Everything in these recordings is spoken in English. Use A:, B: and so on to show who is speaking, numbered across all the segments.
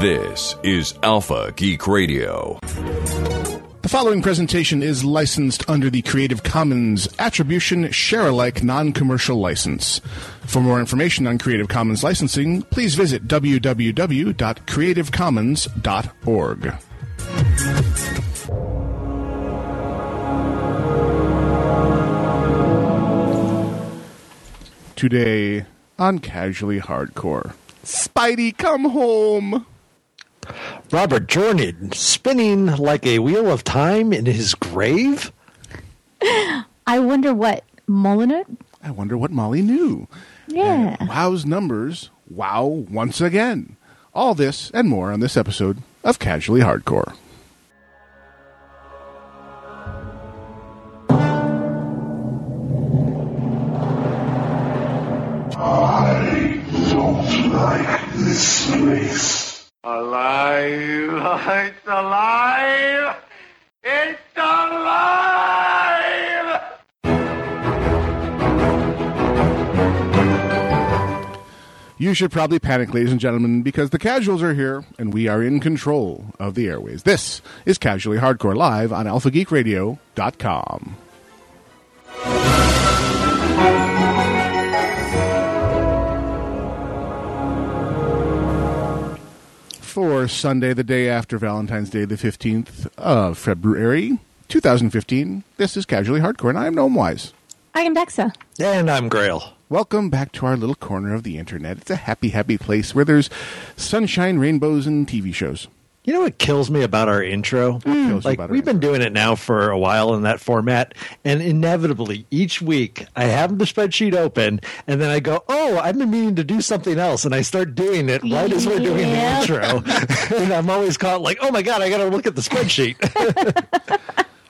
A: This is Alpha Geek Radio.
B: The following presentation is licensed under the Creative Commons Attribution Sharealike Non-Commercial License. For more information on Creative Commons licensing, please visit www.creativecommons.org. Today on Casually Hardcore, Spidey, come home.
C: Robert Jordan spinning like a wheel of time in his grave?
D: I wonder what Molyneux.
B: I wonder what Molly knew.
D: Yeah.
B: And Wow's numbers. Wow, once again. All this and more on this episode of Casually Hardcore.
E: Alive! It's alive! It's alive!
B: You should probably panic, ladies and gentlemen, because the casuals are here and we are in control of the airways. This is Casually Hardcore Live on AlphaGeekRadio.com. For Sunday, the day after Valentine's Day, the 15th of February, 2015, this is Casually Hardcore, and I am Gnome Wise.
D: I am Dexa.
C: And I'm Grail.
B: Welcome back to our little corner of the internet. It's a happy, happy place where there's sunshine, rainbows, and TV shows.
C: You know what kills me about our intro?
B: kills you
C: like
B: about our
C: we've been doing it now for a while in that format, and inevitably each week I have the spreadsheet open, and then I go, "Oh, I've been meaning to do something else," and I start doing it right as we're doing
D: Yeah.
C: the intro, and I'm always caught like, "Oh my god, I got to look at the spreadsheet."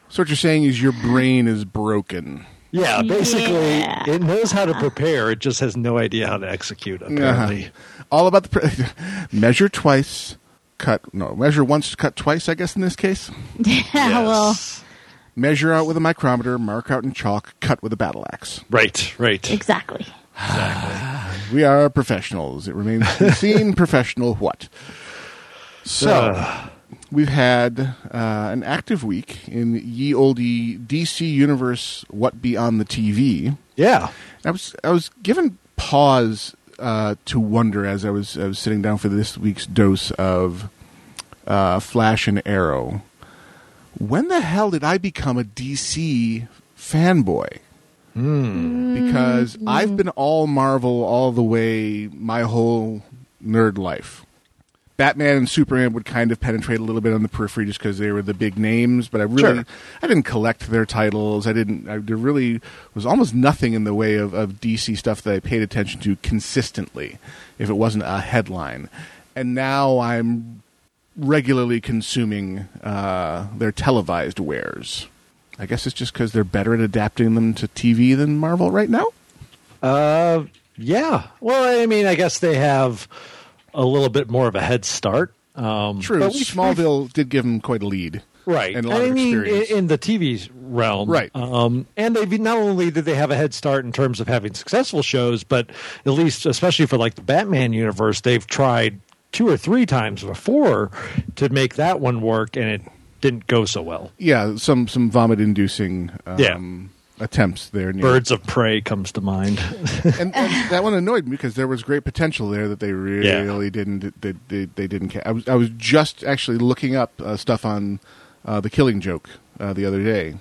B: So what you're saying is your brain is broken.
C: yeah, basically,
D: Yeah.
C: it knows how to prepare; it just has no idea how to execute. Apparently,
B: All about the pre- measure twice, cut no measure once, cut twice. I guess in this case,
D: Yeah, well,
C: Yes.
B: measure out with a micrometer, mark out in chalk, cut with a battle axe.
C: right, right.
D: exactly.
B: We are professionals. It remains to be seen. professional what? So.
C: Uh.
B: We've had uh, an active week in ye olde DC universe. What be on the TV?
C: yeah.
B: I was I was given pause uh, to wonder as I was I was sitting down for this week's dose of uh, Flash and Arrow. When the hell did I become a DC fanboy? Because I've been all Marvel all the way my whole nerd life. Batman and Superman would kind of penetrate a little bit on the periphery just because they were the big names. But I really,
C: Sure.
B: I didn't collect their titles. I didn't. I, there really was almost nothing in the way of, of DC stuff that I paid attention to consistently, if it wasn't a headline. And now I'm regularly consuming uh, their televised wares. I guess it's just because they're better at adapting them to TV than Marvel right now.
C: Uh, yeah. Well, I mean, I guess they have a little bit more of a head start. Um,
B: True,
C: but we-
B: Smallville did give them quite a lead,
C: right?
B: And a lot of
C: I mean, i-
B: experience.
C: in, the TV realm,
B: Right.
C: Um, and they've not only did they have a head start in terms of having successful shows, but at least, especially for like the Batman universe, they've tried two or three times before to make that one work, and it didn't go so well.
B: yeah, some some vomit inducing um, attempts there. near-
C: Birds of Prey comes to mind.
B: and, and that one annoyed me because there was great potential there that they really didn't they, they, they didn't ca- I was I was just actually looking up uh, stuff on uh, the Killing Joke uh, the other day,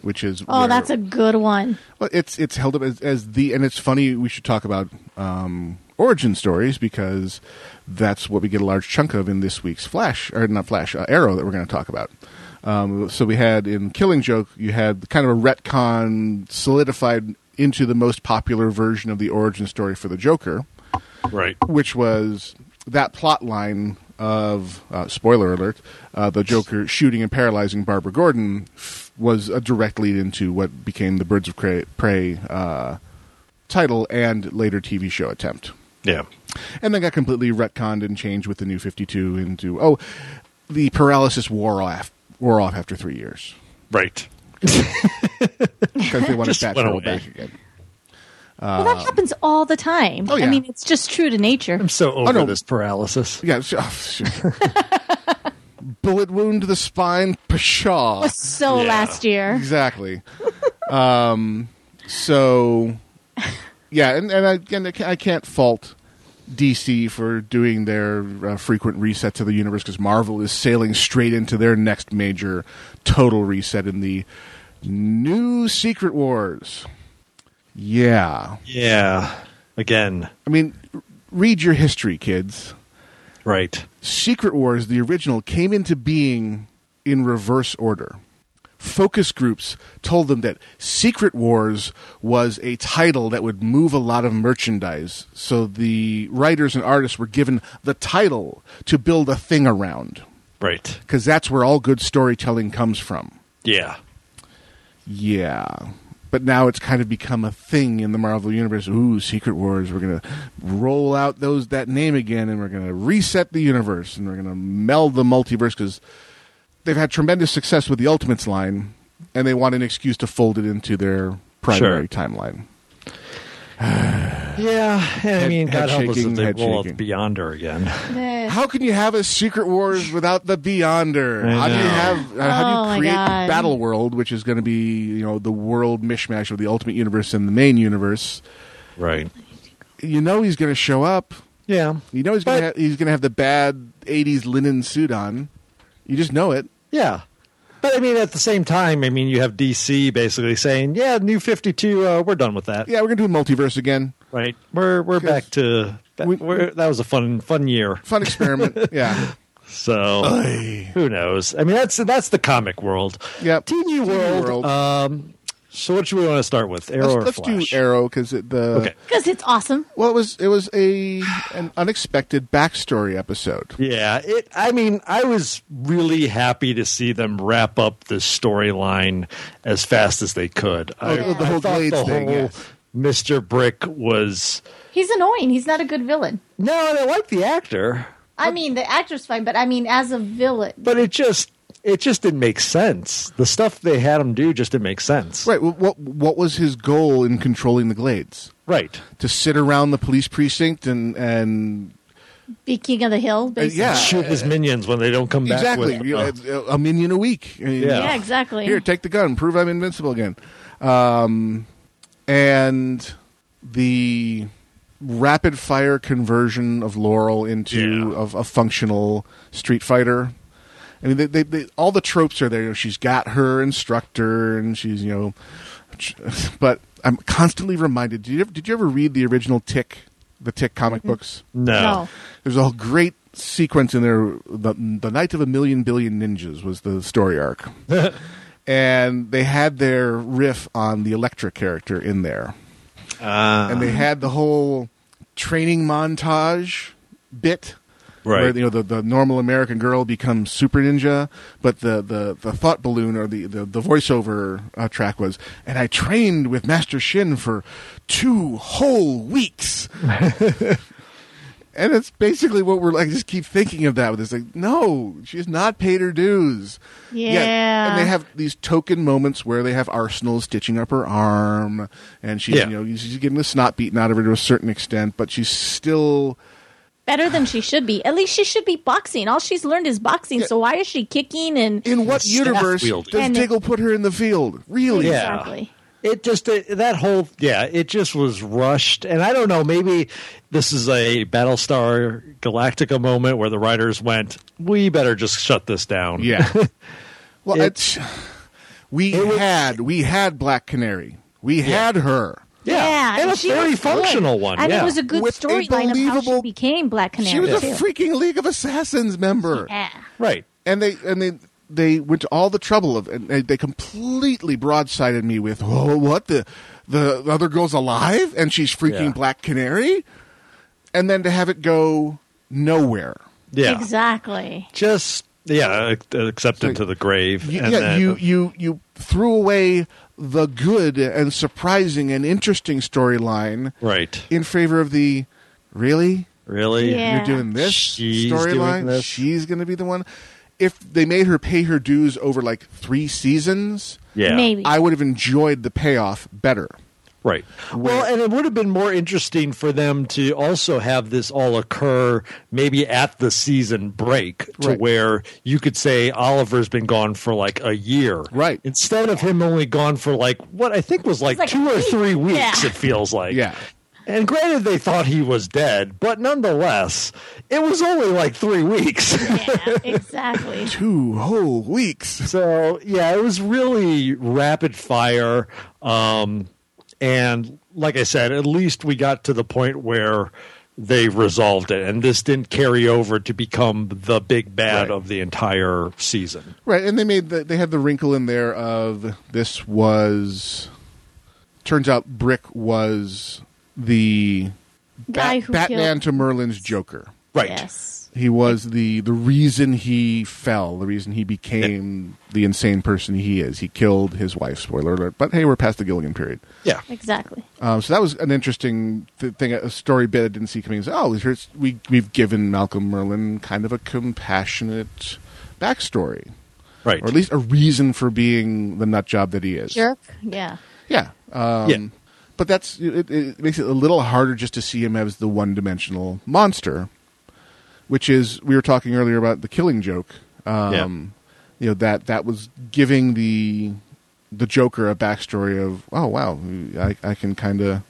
B: which is
D: Oh,
B: where-
D: that's a good one.
B: well, it's it's held up as, as the and it's funny we should talk about um, origin stories because that's what we get a large chunk of in this week's Flash or not Flash uh, Arrow that we're going to talk about. Um, so we had in Killing Joke you had kind of a retcon solidified into the most popular version of the origin story for the Joker
C: right.
B: which was that plot line of uh, spoiler alert uh, the joker shooting and paralyzing barbara gordon f- was a direct lead into what became the birds of Cra- prey uh, title and later tv show attempt
C: Yeah.
B: and then got completely retconned and changed with the new 52 into oh the paralysis wore off wore off after three years
C: Right.
B: because they wanted
C: Just
B: Bat
C: went
B: Turtle
C: away.
B: back again.
D: well, that happens all the time.
B: Uh, Oh, yeah.
D: I mean, it's just true to nature.
C: I'm so over
B: Oh, no.
C: this paralysis.
B: Yeah, sure. sure. Bullet wound to the spine, pshaw.
D: Was so
C: Yeah.
D: last year.
B: exactly. um, so, yeah, and and I, and I ca- I can't fault DC for doing their uh, frequent resets of the universe because Marvel is sailing straight into their next major total reset in the new Secret Wars. Yeah,
C: Yeah. Again.
B: I mean, r- read your history, kids.
C: Right.
B: Secret Wars, the original, came into being in reverse order. Focus groups told them that Secret Wars was a title that would move a lot of merchandise. So the writers and artists were given the title to build a thing around,
C: Right.
B: because that's where all good storytelling comes from.
C: Yeah.
B: Yeah. But now it's kind of become a thing in the Marvel universe. Ooh, Secret Wars. We're gonna roll out those that name again, and we're gonna reset the universe, and we're gonna meld the multiverse because they've had tremendous success with the Ultimates line, and they want an excuse to fold it into their primary
C: Sure.
B: timeline.
C: Yeah. And I mean,
B: head
C: God help us
B: shaking,
C: if they
B: head
C: roll
B: shaking.
C: out Beyonder again.
D: Yes.
B: How can you have a Secret Wars without the Beyonder?
C: I
B: How do you
C: know.
B: have? uh, how
D: Oh,
B: do
D: my
B: you create
D: God.
B: Battle World, which is going to be you know the world mishmash of the Ultimate Universe and the main universe?
C: Right.
B: You know he's going to show up.
C: Yeah.
B: You know he's gonna
C: But-
B: ha- he's gonna have the bad '80s linen suit on. You just know it.
C: Yeah. But I mean, at the same time, I mean, you have DC basically saying, "Yeah, New Fifty Two, uh, we're done with that.
B: Yeah, we're gonna do multiverse again.
C: Right? We're we're back to that,
B: We-
C: we're, that was a fun fun year.
B: Fun experiment. yeah,
C: So who knows? I mean, that's that's the comic world.
B: Yep.
C: Teeny
B: Teeny
C: world.
B: world.
C: Um, so what should we want to start with? Arrow or
B: let's, let's do
C: Flash?
B: Arrow because the
C: Okay.
D: Because it's awesome.
B: well, it was it was a an unexpected backstory episode.
C: Yeah, it. I mean, I was really happy to see them wrap up this storyline as fast as they could. I,
B: Oh, the
C: I
B: whole
C: thought
B: Glades thing, yes.
C: Mr. Brick was.
D: He's annoying. He's not a good villain.
C: No, and I like the actor,
D: I mean, the actor's fine, but I mean, as a villain.
C: but it just it just didn't make sense. The stuff they had him do just didn't make sense.
B: Right. Well, what what was his goal in controlling the Glades?
C: Right.
B: To sit around the police precinct and and
D: Be king of the hill,
B: uh,
D: basically.
B: yeah,
C: Shoot his minions when they don't come back.
B: exactly.
C: with-
B: You-
C: uh,
B: a- a minion a week.
C: Yeah.
D: Yeah, exactly.
B: Here, take the gun. Prove I'm invincible again. Um, and the rapid fire conversion of Laurel into
C: Yeah.
B: of a functional Street Fighter. I mean, they, they, they, all the tropes are there. You know, she's got her instructor, and she's you know, but I'm constantly reminded. Did you ever, did you ever read the original Tick, the Tick comic
D: Mm-hmm.
B: books?
C: no.
D: No.
B: There's a great sequence in there. The, the Night of a Million Billion Ninjas was the story arc. and they had their riff on the Electra character in there.
C: Uh,
B: and they had the whole training montage bit. Where
C: Right.
B: you know the, the normal American girl becomes super ninja, but the, the, the thought balloon or the the, the voiceover uh, track was, and I trained with Master Shin for two whole weeks and it's basically what we're like. Just keep thinking of that with this. Like, no, she has not paid her dues. Yet-
D: Yeah.
B: and they have these token moments where they have Arsenal stitching up her arm, and she's
C: Yeah.
B: you know she's getting the snot beaten out of her to a certain extent, but she's still
D: Better than she should be. At least she should be boxing. All she's learned is boxing. So why is she kicking and.
B: in what
C: Staff
B: universe
C: wielding.
B: does
D: And-
B: Diggle put her in the field? Really?
C: Yeah.
D: Exactly.
C: It just it, that whole yeah, it just was rushed, and I don't know. Maybe this is a Battlestar Galactica moment where the writers went, "We better just shut this down."
B: Yeah. well, it's,
C: It's-
B: we had we had Black Canary. We had her.
C: yeah, and a
D: and she
C: very
D: was good.
C: functional one.
D: And
C: yeah.
D: it was a good
B: With a
D: storyline of how
B: believable-
D: she became Black Canary.
B: She was a
D: too.
B: freaking League of Assassins member.
D: Yeah.
C: right.
B: and they and they they went to all the trouble of and they, they completely broadsided me with Whoa, what the the other girl's alive and she's freaking
C: Yeah.
B: black canary and then to have it go nowhere
C: Yeah,
D: Exactly.
C: just yeah, ac- accept
B: like-
C: into the grave.
B: you,
C: and
B: yeah,
C: then-
B: you you you threw away the good and surprising and interesting storyline
C: right.
B: in favor of the really
C: Really?
D: Yeah.
B: you're doing this
C: She's doing
B: storyline
C: this.
B: she's going to be the one if they made her pay her dues over like 3 seasons
C: Yeah.
D: Maybe.
B: I would have enjoyed the payoff better.
C: Right. Well, and it would have been more interesting for them to also have this all occur maybe at the season break to
B: Right.
C: where you could say Oliver's been gone for like a year.
B: Right.
C: Instead of him only gone for like what I think was like,
D: like
C: two
D: a
C: or
D: week.
C: three weeks,
D: Yeah.
C: it feels like.
B: Yeah.
C: And granted, they thought he was dead, but nonetheless, it was only like three weeks.
D: Yeah, exactly.
B: Two whole weeks.
C: So yeah, it was really rapid fire, um, and like I said, at least we got to the point where they resolved it, and this didn't carry over to become the big bad
B: Right.
C: of the entire season.
B: Right, and they made the, they had the wrinkle in there of this was. Turns out Brick was the
D: Guy
B: Bat-
D: who
B: Batman
D: killed.
B: to Merlin's Joker.
C: Right.
D: Yes.
B: He was the the reason he fell, the reason he became the insane person he is. He killed his wife. Spoiler alert! But hey, we're past the Gilligan period.
C: Yeah.
D: Exactly.
B: Um, so that was an interesting th- thing, a story bit I didn't see coming. Is oh, here's, we we've given Malcolm Merlin kind of a compassionate backstory,
C: Right.
B: or at least a reason for being the nut job that he is.
D: Jerk. Yeah.
B: Yeah. Um,
C: Yeah.
B: But that's it, it makes it a little harder just to see him as the one dimensional monster, which is we were talking earlier about the Killing Joke. Um, You know that that was giving the the Joker a backstory of oh wow I, I can kind of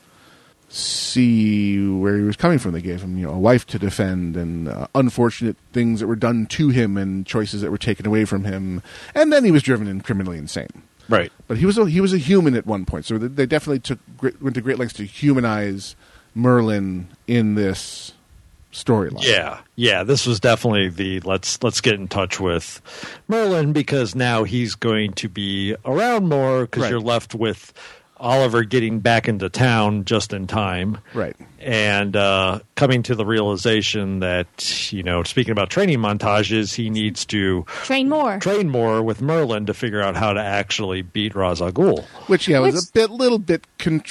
B: see where he was coming from. They gave him you know a wife to defend and uh, unfortunate things that were done to him and choices that were taken away from him, and then he was driven in criminally insane
C: Right.
B: but he was a, he was a human at one point. So they- they definitely took great, went to great lengths to humanize Merlin in this storyline.
C: Yeah, yeah. This was definitely the let's let's get in touch with Merlin because now he's going to be around more because
B: Right.
C: you're left with Oliver getting back into town just in time,
B: Right.
C: And uh, coming to the realization that you know, speaking about training montages, he needs to
D: Train more.
C: train more with Merlin to figure out how to actually beat Ra's al Ghul.
B: which yeah was a
D: Which-
B: bit little bit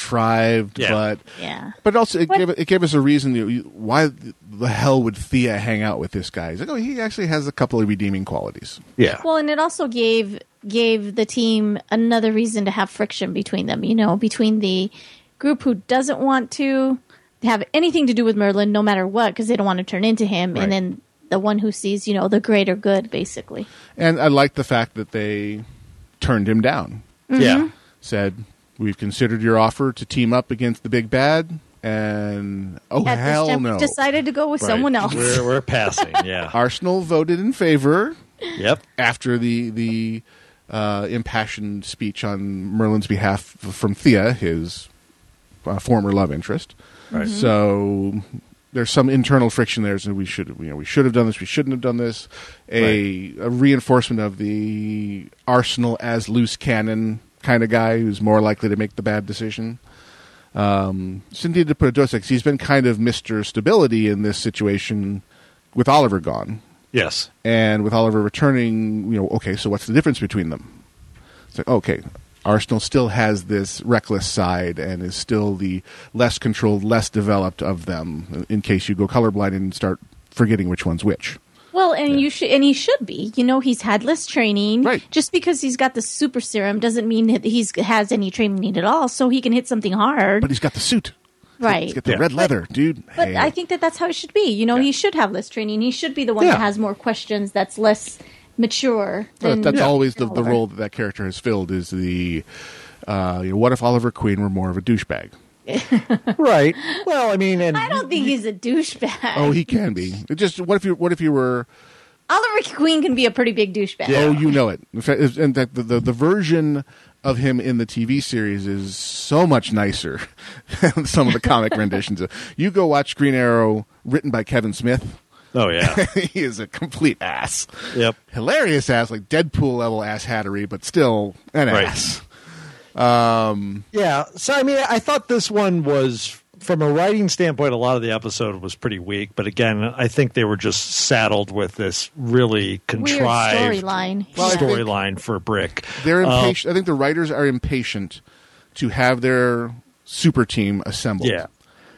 B: contrived,
C: Yeah.
B: but
D: yeah.
B: but also it
D: What-
B: gave it gave us a reason you- you- why the hell would Thea hang out with this guy? He's like, oh, he actually has a couple of redeeming qualities.
C: Yeah,
D: Well, and it also gave gave the team another reason to have friction between them. You know, between the group who doesn't want to have anything to do with Merlin, no matter what, because they don't want to turn into him,
B: Right.
D: and then the one who sees, you know, the greater good, basically.
B: And I like the fact that they turned him down.
D: mm-hmm.
C: yeah.
B: Said, we've considered your offer to team up against the big bad, and oh
D: At
B: hell
D: this time,
B: no.
D: we decided to go with
C: Right.
D: someone else.
C: We're, we're passing. Yeah.
B: Arsenal voted in favor
C: yep.
B: after the the uh, impassioned speech on Merlin's behalf f- from Thea, his uh, former love interest.
C: Right.
D: Mm-hmm.
B: So there's some internal friction there. So we should you know we should have done this. We shouldn't have done this. A, a reinforcement of the Arsenal as loose cannon kind of guy who's more likely to make the bad decision. Um, Cynthia de Podosic, he's been kind of Mr. Stability in this situation with Oliver gone
C: Yes.
B: and with Oliver returning, you know, okay, so what's the difference between them? It's like, okay, Arsenal still has this reckless side and is still the less controlled, less developed of them. In case you go colorblind and start forgetting which one's which,
D: Well, and you should, and he should be. You know, he's had less training.
B: Right.
D: Just because he's got the super serum doesn't mean that he's has any training at all. So he can hit something hard.
B: but he's got the suit,
D: right.
B: he's got the
C: Yeah.
B: red leather, dude.
D: But
B: Hey.
D: I think that that's how it should be. You know, he should have less training. He should be the one
C: Yeah.
D: that has more questions. That's less mature.
B: But
D: Than
B: that's always the, the
D: Oliver.
B: role that that character has filled is the uh, you know, what if Oliver Queen were more of a douchebag?
C: Right. Well, I mean, and
D: I don't think he's a douchebag.
B: Oh, he can be. It just what if you what if you were
D: Oliver Queen can be a pretty big douchebag.
B: Oh, you know it. In fact, in fact the, the, the version of him in the TV series is so much nicer than some of the comic renditions. of- You go watch Green Arrow, written by Kevin Smith.
C: oh yeah.
B: he is a complete ass.
C: Yep.
B: Hilarious ass, like Deadpool level ass hattery, but still an
C: Right.
B: ass.
C: Yeah. So I mean, I thought this one was from a writing standpoint, a lot of the episode was pretty weak. But again, I think they were just saddled with this really
D: Weird
C: contrived
D: storyline.
B: Well, I think-
C: storyline for Brick.
B: They're impatient. I think the writers are impatient to have their super team assembled.
C: Yeah.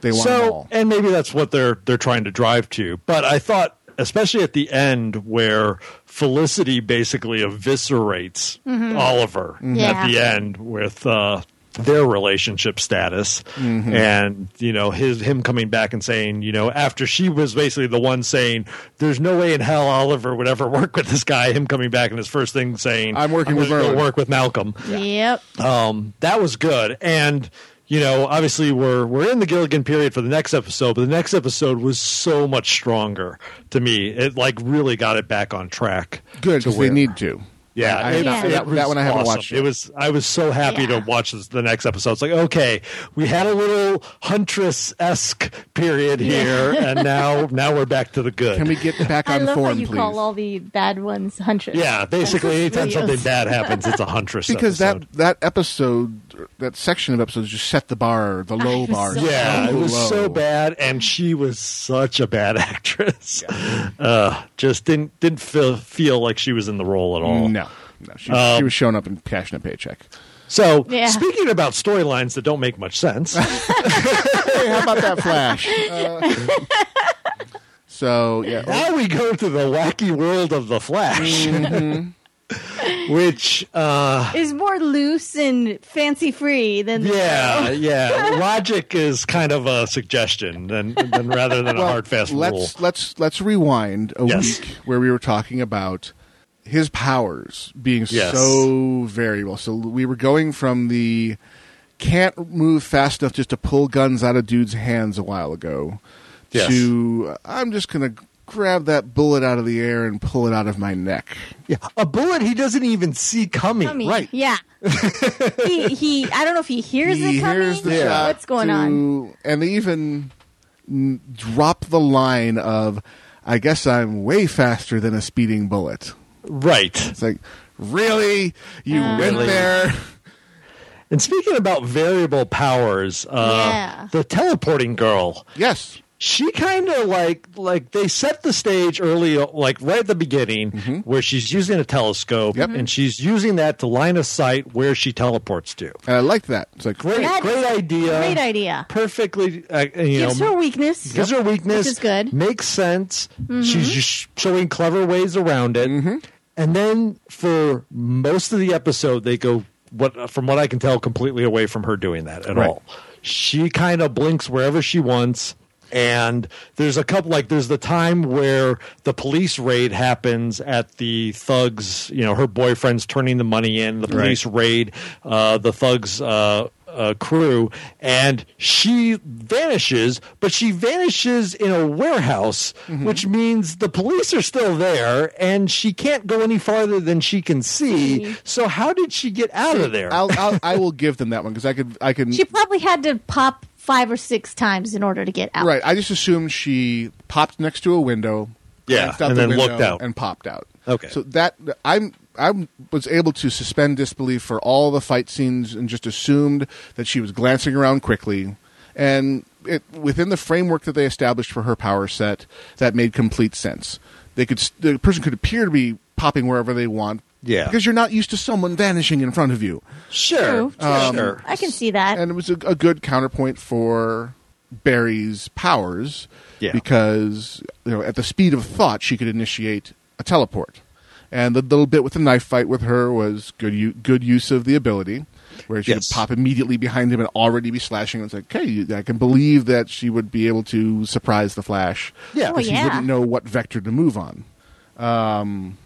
B: They want them
C: so
B: all.
C: and maybe that's what they're they're trying to drive to but i thought especially at the end where felicity basically eviscerates oliver
D: Yeah.
C: at the end with uh their relationship status
B: Mm-hmm.
C: and you know his him coming back and saying you know after she was basically the one saying there's no way in hell oliver would ever work with this guy him coming back and his first thing saying
B: I'm working with
C: gonna go
B: Merlin."
C: work with malcolm
D: Yep.
C: um, that was good. And you know, obviously, we're we're in the Gilligan period for the next episode, but the next episode was so much stronger to me. It like really got it back on track.
B: Good
C: to
B: because they
C: where-
B: need to.
C: Yeah,
B: I-
C: it-
D: Yeah.
C: it
B: that-
C: was
B: that one I haven't
C: awesome.
B: watched yet.
C: It was I was so happy
D: Yeah.
C: to watch this, the next episode. It's like okay, we had a little huntress esque period here, and now now we're back to the good.
B: Can we get back
D: I
B: on
D: love how
B: form,
D: you
B: please?
D: call all the bad ones huntress.
C: yeah, basically, anytime
D: Videos.
C: something bad happens, it's a huntress
B: because
C: episode.
B: that that episode, that section of episodes, just set the bar, the low
D: it Ah, was
B: bar.
D: so
C: Yeah, it was
B: low.
C: so bad, and she was such a bad actress. Uh, just didn't didn't feel feel like she was in the role at all.
B: No, no, she,
C: Um,
B: she was showing up and cashing a paycheck.
C: So
D: Yeah.
C: speaking about storylines that don't make much sense,
B: Hey, how about that flash? Uh, so yeah,
C: now we go to the wacky world of the Flash,
B: Mm-hmm.
C: which uh,
D: Is more loose and fancy free than the
C: yeah yeah logic is kind of a suggestion than, than rather than a hard fast
B: let's
C: rule.
B: let's let's rewind a
C: Yes.
B: week where we were talking about his powers being
C: Yes.
B: so variable. So we were going from the can't move fast enough just to pull guns out of dudes' hands a while ago
C: Yes.
B: to I'm just gonna grab that bullet out of the air and pull it out of my neck.
C: Yeah, a bullet he doesn't even see coming.
D: coming.
B: right.
D: Yeah. he he. I don't know if he hears
B: he
D: it coming.
B: hears the
D: or
B: shot
D: What's going
B: to-
D: on?
B: and they even n- drop the line of I guess I'm way faster than a speeding bullet.
C: Right.
B: It's like, really? You went
C: Really?
B: there?
C: And speaking about variable powers, uh,
D: Yeah.
C: the teleporting girl,
B: Yes.
C: she kind of like like they set the stage early, like right at the beginning, where she's using a telescope
B: Yep.
C: and she's using that to line of sight where she teleports to.
B: And I like that. It's like,
C: Great,
D: That is
C: great
D: a
C: idea.
D: Great idea.
C: Perfectly, uh, you
D: Gives
C: know,
D: her weakness.
C: gives her a weakness.
D: Which is good. Mm-hmm.
C: Makes sense. She's just showing clever ways around it. And then for most of the episode, they go what, from what I can tell, completely away from her doing that at
B: Right.
C: all. She kind of blinks wherever she wants. And there's a couple like there's the time where the police raid happens at the thugs, you know, her boyfriend's turning the money in. The police raid uh, the thugs uh, uh, crew, and she vanishes, but she vanishes in a warehouse, which means the police are still there, and she can't go any farther than she can see. So how did she get out of there?
B: I'll, I'll, I will give them that one because I could, I can.
D: She probably had to pop five or six times in order to get out.
B: right. I just assumed she popped next to a window.
C: Yeah,
B: glanced out
C: and
B: the
C: then
B: window
C: looked out.
B: and popped out.
C: Okay.
B: So that I'm. I was able to suspend disbelief for all the fight scenes and just assumed that she was glancing around quickly, and it within the framework that they established for her power set, that made complete sense. They could s- the person could appear to be popping wherever they want,
C: Yeah.
B: because you're not used to someone vanishing in front of you
C: Sure,
D: True, true.
C: sure.
D: I can see that.
B: and it was a, a good counterpoint for Barry's powers
C: Yeah.
B: because you know at the speed of thought she could initiate a teleport, and the little bit with the knife fight with her was good. U- good use of the ability where she
C: Yes.
B: would pop immediately behind him and already be slashing. It's like, okay, you- I can believe that she would be able to surprise the Flash.
C: Yeah.
B: and
D: Oh,
B: she
D: yeah.
B: wouldn't know what vector to move on. Um,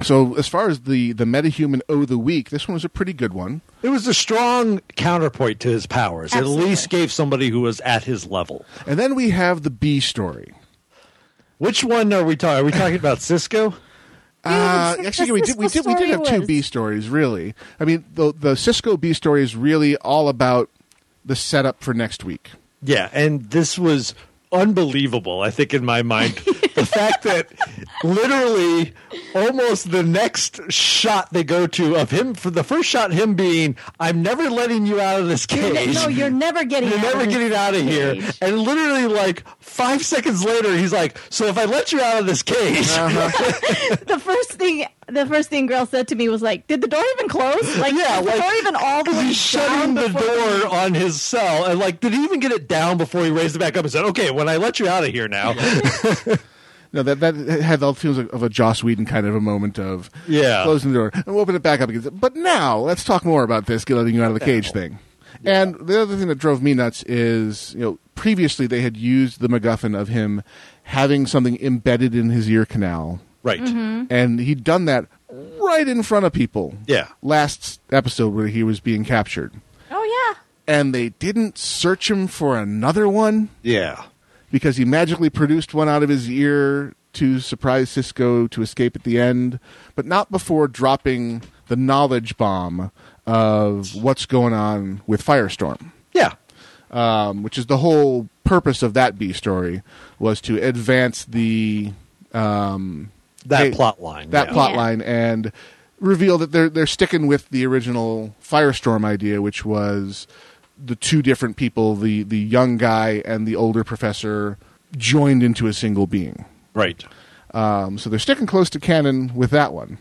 B: so as far as the the metahuman O of the week, this one was a pretty good one.
C: It was a strong counterpoint to his powers. It
D: Absolutely.
C: at least gave somebody who was at his level.
B: And then we have the B story.
C: Which one are we talking? Are we talking about Cisco?
B: Uh,
D: Dude,
B: actually, we did. We did.
D: Cisco
B: We did
D: story
B: have two
D: was-
B: B stories. Really, I mean, the the Cisco B story is really all about the setup for next week.
C: Yeah, and this was unbelievable. I think in my mind, the fact that literally almost the next shot they go to of him for the first shot, him being, "I'm never letting you out of this
D: You're ne-
C: cage."
D: no, you're never getting.
C: You're
D: out
C: never
D: of this
C: getting out of here.
D: cage.
C: And literally, like five seconds later, he's like, "So if I let you out of this cage,
D: Uh-huh. The first thing, the first thing, girl said to me was like, "Did the door even close? Like,
C: Yeah,
D: was
C: like-
D: the door even all the way
C: he's shutting
D: down
C: the
D: before-
C: door on his cell." And like, did he even get it down before he raised it back up and said, "Okay, when I let you out of here now,
B: No, that that had the feels of a Joss Whedon kind of a moment of
C: Yeah.
B: closing the door and we'll open it back up again. But now let's talk more about this get letting you out of the cage thing. And the other thing that drove me nuts is, you know, previously they had used the MacGuffin of him having something embedded in his ear canal,
C: Right.
B: Mm-hmm. and he'd done that right in front of people.
C: Yeah.
B: Last episode where he was being captured,
D: Oh
B: and they didn't search him for another one
C: Yeah.
B: because he magically produced one out of his ear to surprise Cisco to escape at the end, but not before dropping the knowledge bomb of what's going on with Firestorm,
C: Yeah.
B: um, which is the whole purpose of that B story was to advance the uh,
C: That
B: Hey,
C: plot line.
B: that
C: yeah.
B: plot
D: Yeah.
B: line and reveal that they're they're sticking with the original Firestorm idea, which was the two different people, the the young guy and the older professor, joined into a single being.
C: Right.
B: Um, so they're sticking close to canon with that one.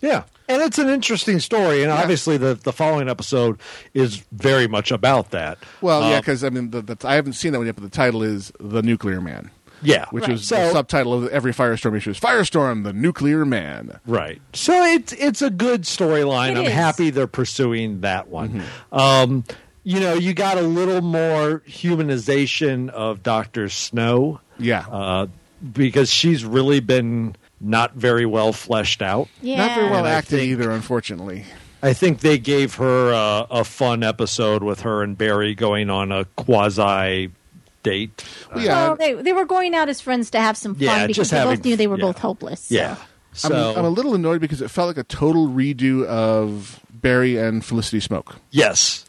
C: Yeah. And it's an interesting story. And obviously, the, the following episode is very much about that.
B: Well, yeah, 'cause
C: Um,
B: yeah, because I mean, the, the, I haven't seen that one yet, but the title is "The Nuclear Man,"
C: Yeah.
B: which
D: Right.
B: is the
C: So-
B: subtitle of every Firestorm issue. Is Firestorm, the Nuclear Man.
C: Right. So it's it's a good storyline.
D: It
C: I'm
D: is.
C: happy they're pursuing that one. Um, you know, you got a little more humanization of Doctor Snow
B: Yeah,
C: uh, because she's really been not very well fleshed out.
D: yeah. Yeah.
B: not very well
C: I
B: acted
C: think-
B: either, unfortunately.
C: I think they gave her uh, a fun episode with her and Barry going on a quasi date.
B: Well,
D: Well, they, they were going out as friends to have some fun
C: Yeah,
D: because
C: just
D: they
C: having-
D: both knew they were
C: yeah.
D: both hopeless.
C: Yeah.
B: I'm,
C: So
B: I'm a little annoyed because it felt like a total redo of Barry and Felicity Smoke
C: yes,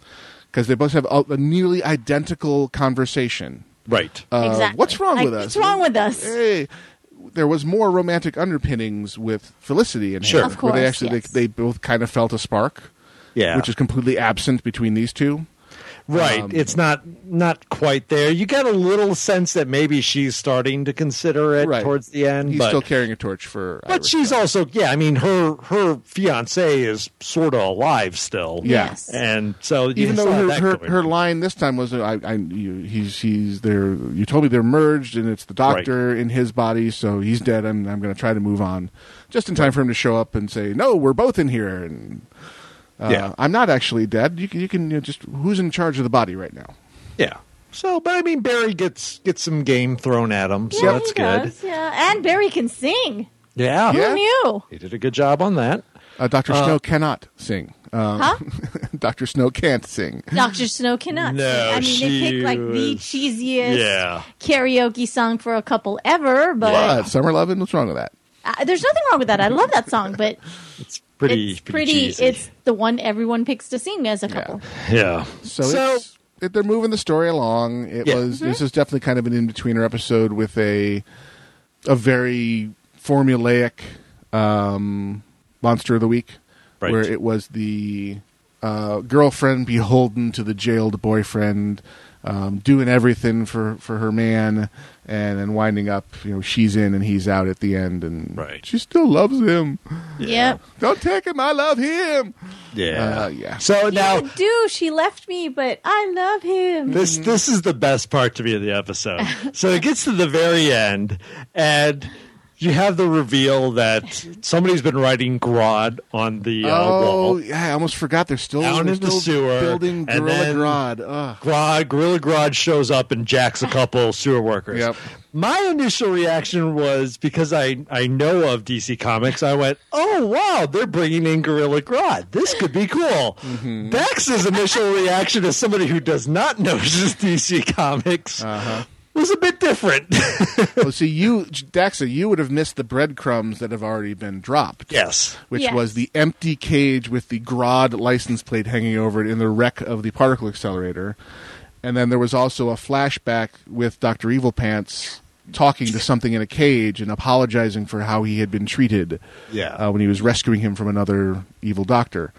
B: because they both have a, a nearly identical conversation.
C: right.
B: Uh,
D: Exactly.
B: What's wrong
D: Like,
B: with us?
D: what's wrong with us?
B: Hey, there was more romantic underpinnings with Felicity and
C: Sure.
B: her,
D: Of
B: where they
D: course,
B: actually
D: yes.
B: they, they both kind of felt a spark,
C: yeah,
B: which is completely absent between these two.
C: Right.
B: Um,
C: it's not not quite there. You got a little sense that maybe she's starting to consider it
B: Right.
C: towards the end.
B: He's
C: but,
B: still carrying a torch for,
C: but
B: Iris.
C: she's also yeah, I mean her her fiance is sort of alive still.
B: Yeah.
D: Yes.
C: And so you
B: even
C: still
B: though
C: have
B: her,
C: that
B: her,
C: going
B: her
C: on.
B: line this time was I, I you, he's he's there you told me they're merged and it's the doctor in his body so he's dead and I'm going to try to move on just in time for him to show up and say no we're both in here and uh,
C: Yeah.
B: I'm not actually dead you can, you can you know, just who's in charge of the body right now
C: Yeah. So but I mean Barry gets gets some game thrown at him, so
D: Yeah,
C: that's
D: he
C: good.
D: does, yeah. And Barry can sing.
C: Yeah.
B: Yeah.
D: Who knew?
C: He did a good job on that.
B: uh, Doctor Snow cannot sing uh,
D: Huh?
B: Doctor Snow can't sing
D: Doctor Snow cannot.
C: No,
D: sing. I mean,
C: she
D: they picked like the
C: was-
D: cheesiest
C: Yeah.
D: karaoke song for a couple ever, but
B: uh, Summer Lovin what's wrong with that
D: uh, there's nothing wrong with that. I love that song, but
C: It's pretty
D: it's
C: pretty,
D: pretty.
C: cheesy.
D: It's the one everyone picks to sing as a couple.
C: yeah.
B: So, it's, it, they're moving the story along. It
C: Yeah. Mm-hmm.
B: was this is definitely kind of an in betweener episode with a a very formulaic um, monster of the week,
C: Right.
B: where it was the uh, girlfriend beholden to the jailed boyfriend, um, doing everything for, for her man, and then winding up. You know, she's in and he's out at the end, and
C: Right.
B: she still loves him.
D: Yep.
B: Don't take him. I love him.
C: yeah.
B: Uh, yeah.
C: So
D: He's
C: now
D: a douche. He left me, but I love him.
C: This this is the best part to me of the episode. So it gets to the very end, and you have the reveal that somebody's been writing Grodd on the uh,
B: oh,
C: wall.
B: yeah, I almost forgot. They're still
C: Down
B: they're
C: in the
B: still
C: sewer,
B: building
C: and
B: Gorilla
C: then-
B: Grodd. Ugh.
C: Grodd, Gorilla Grodd shows up and jacks a couple sewer workers.
B: Yep.
C: My initial reaction was because I, I know of DC Comics, I went, oh, wow, they're bringing in Gorilla Grodd. This could be cool. Dax's initial reaction as somebody who does not know DC Comics was a bit different.
B: oh, see, you Daxa, you would have missed the breadcrumbs that have already been dropped.
C: yes.
B: Which
D: Yes.
B: was the empty cage with the Grodd license plate hanging over it in the wreck of the particle accelerator, and then there was also a flashback with Doctor Evil Pants talking to something in a cage and apologizing for how he had been treated.
C: Yeah.
B: uh, when he was rescuing him from another evil doctor.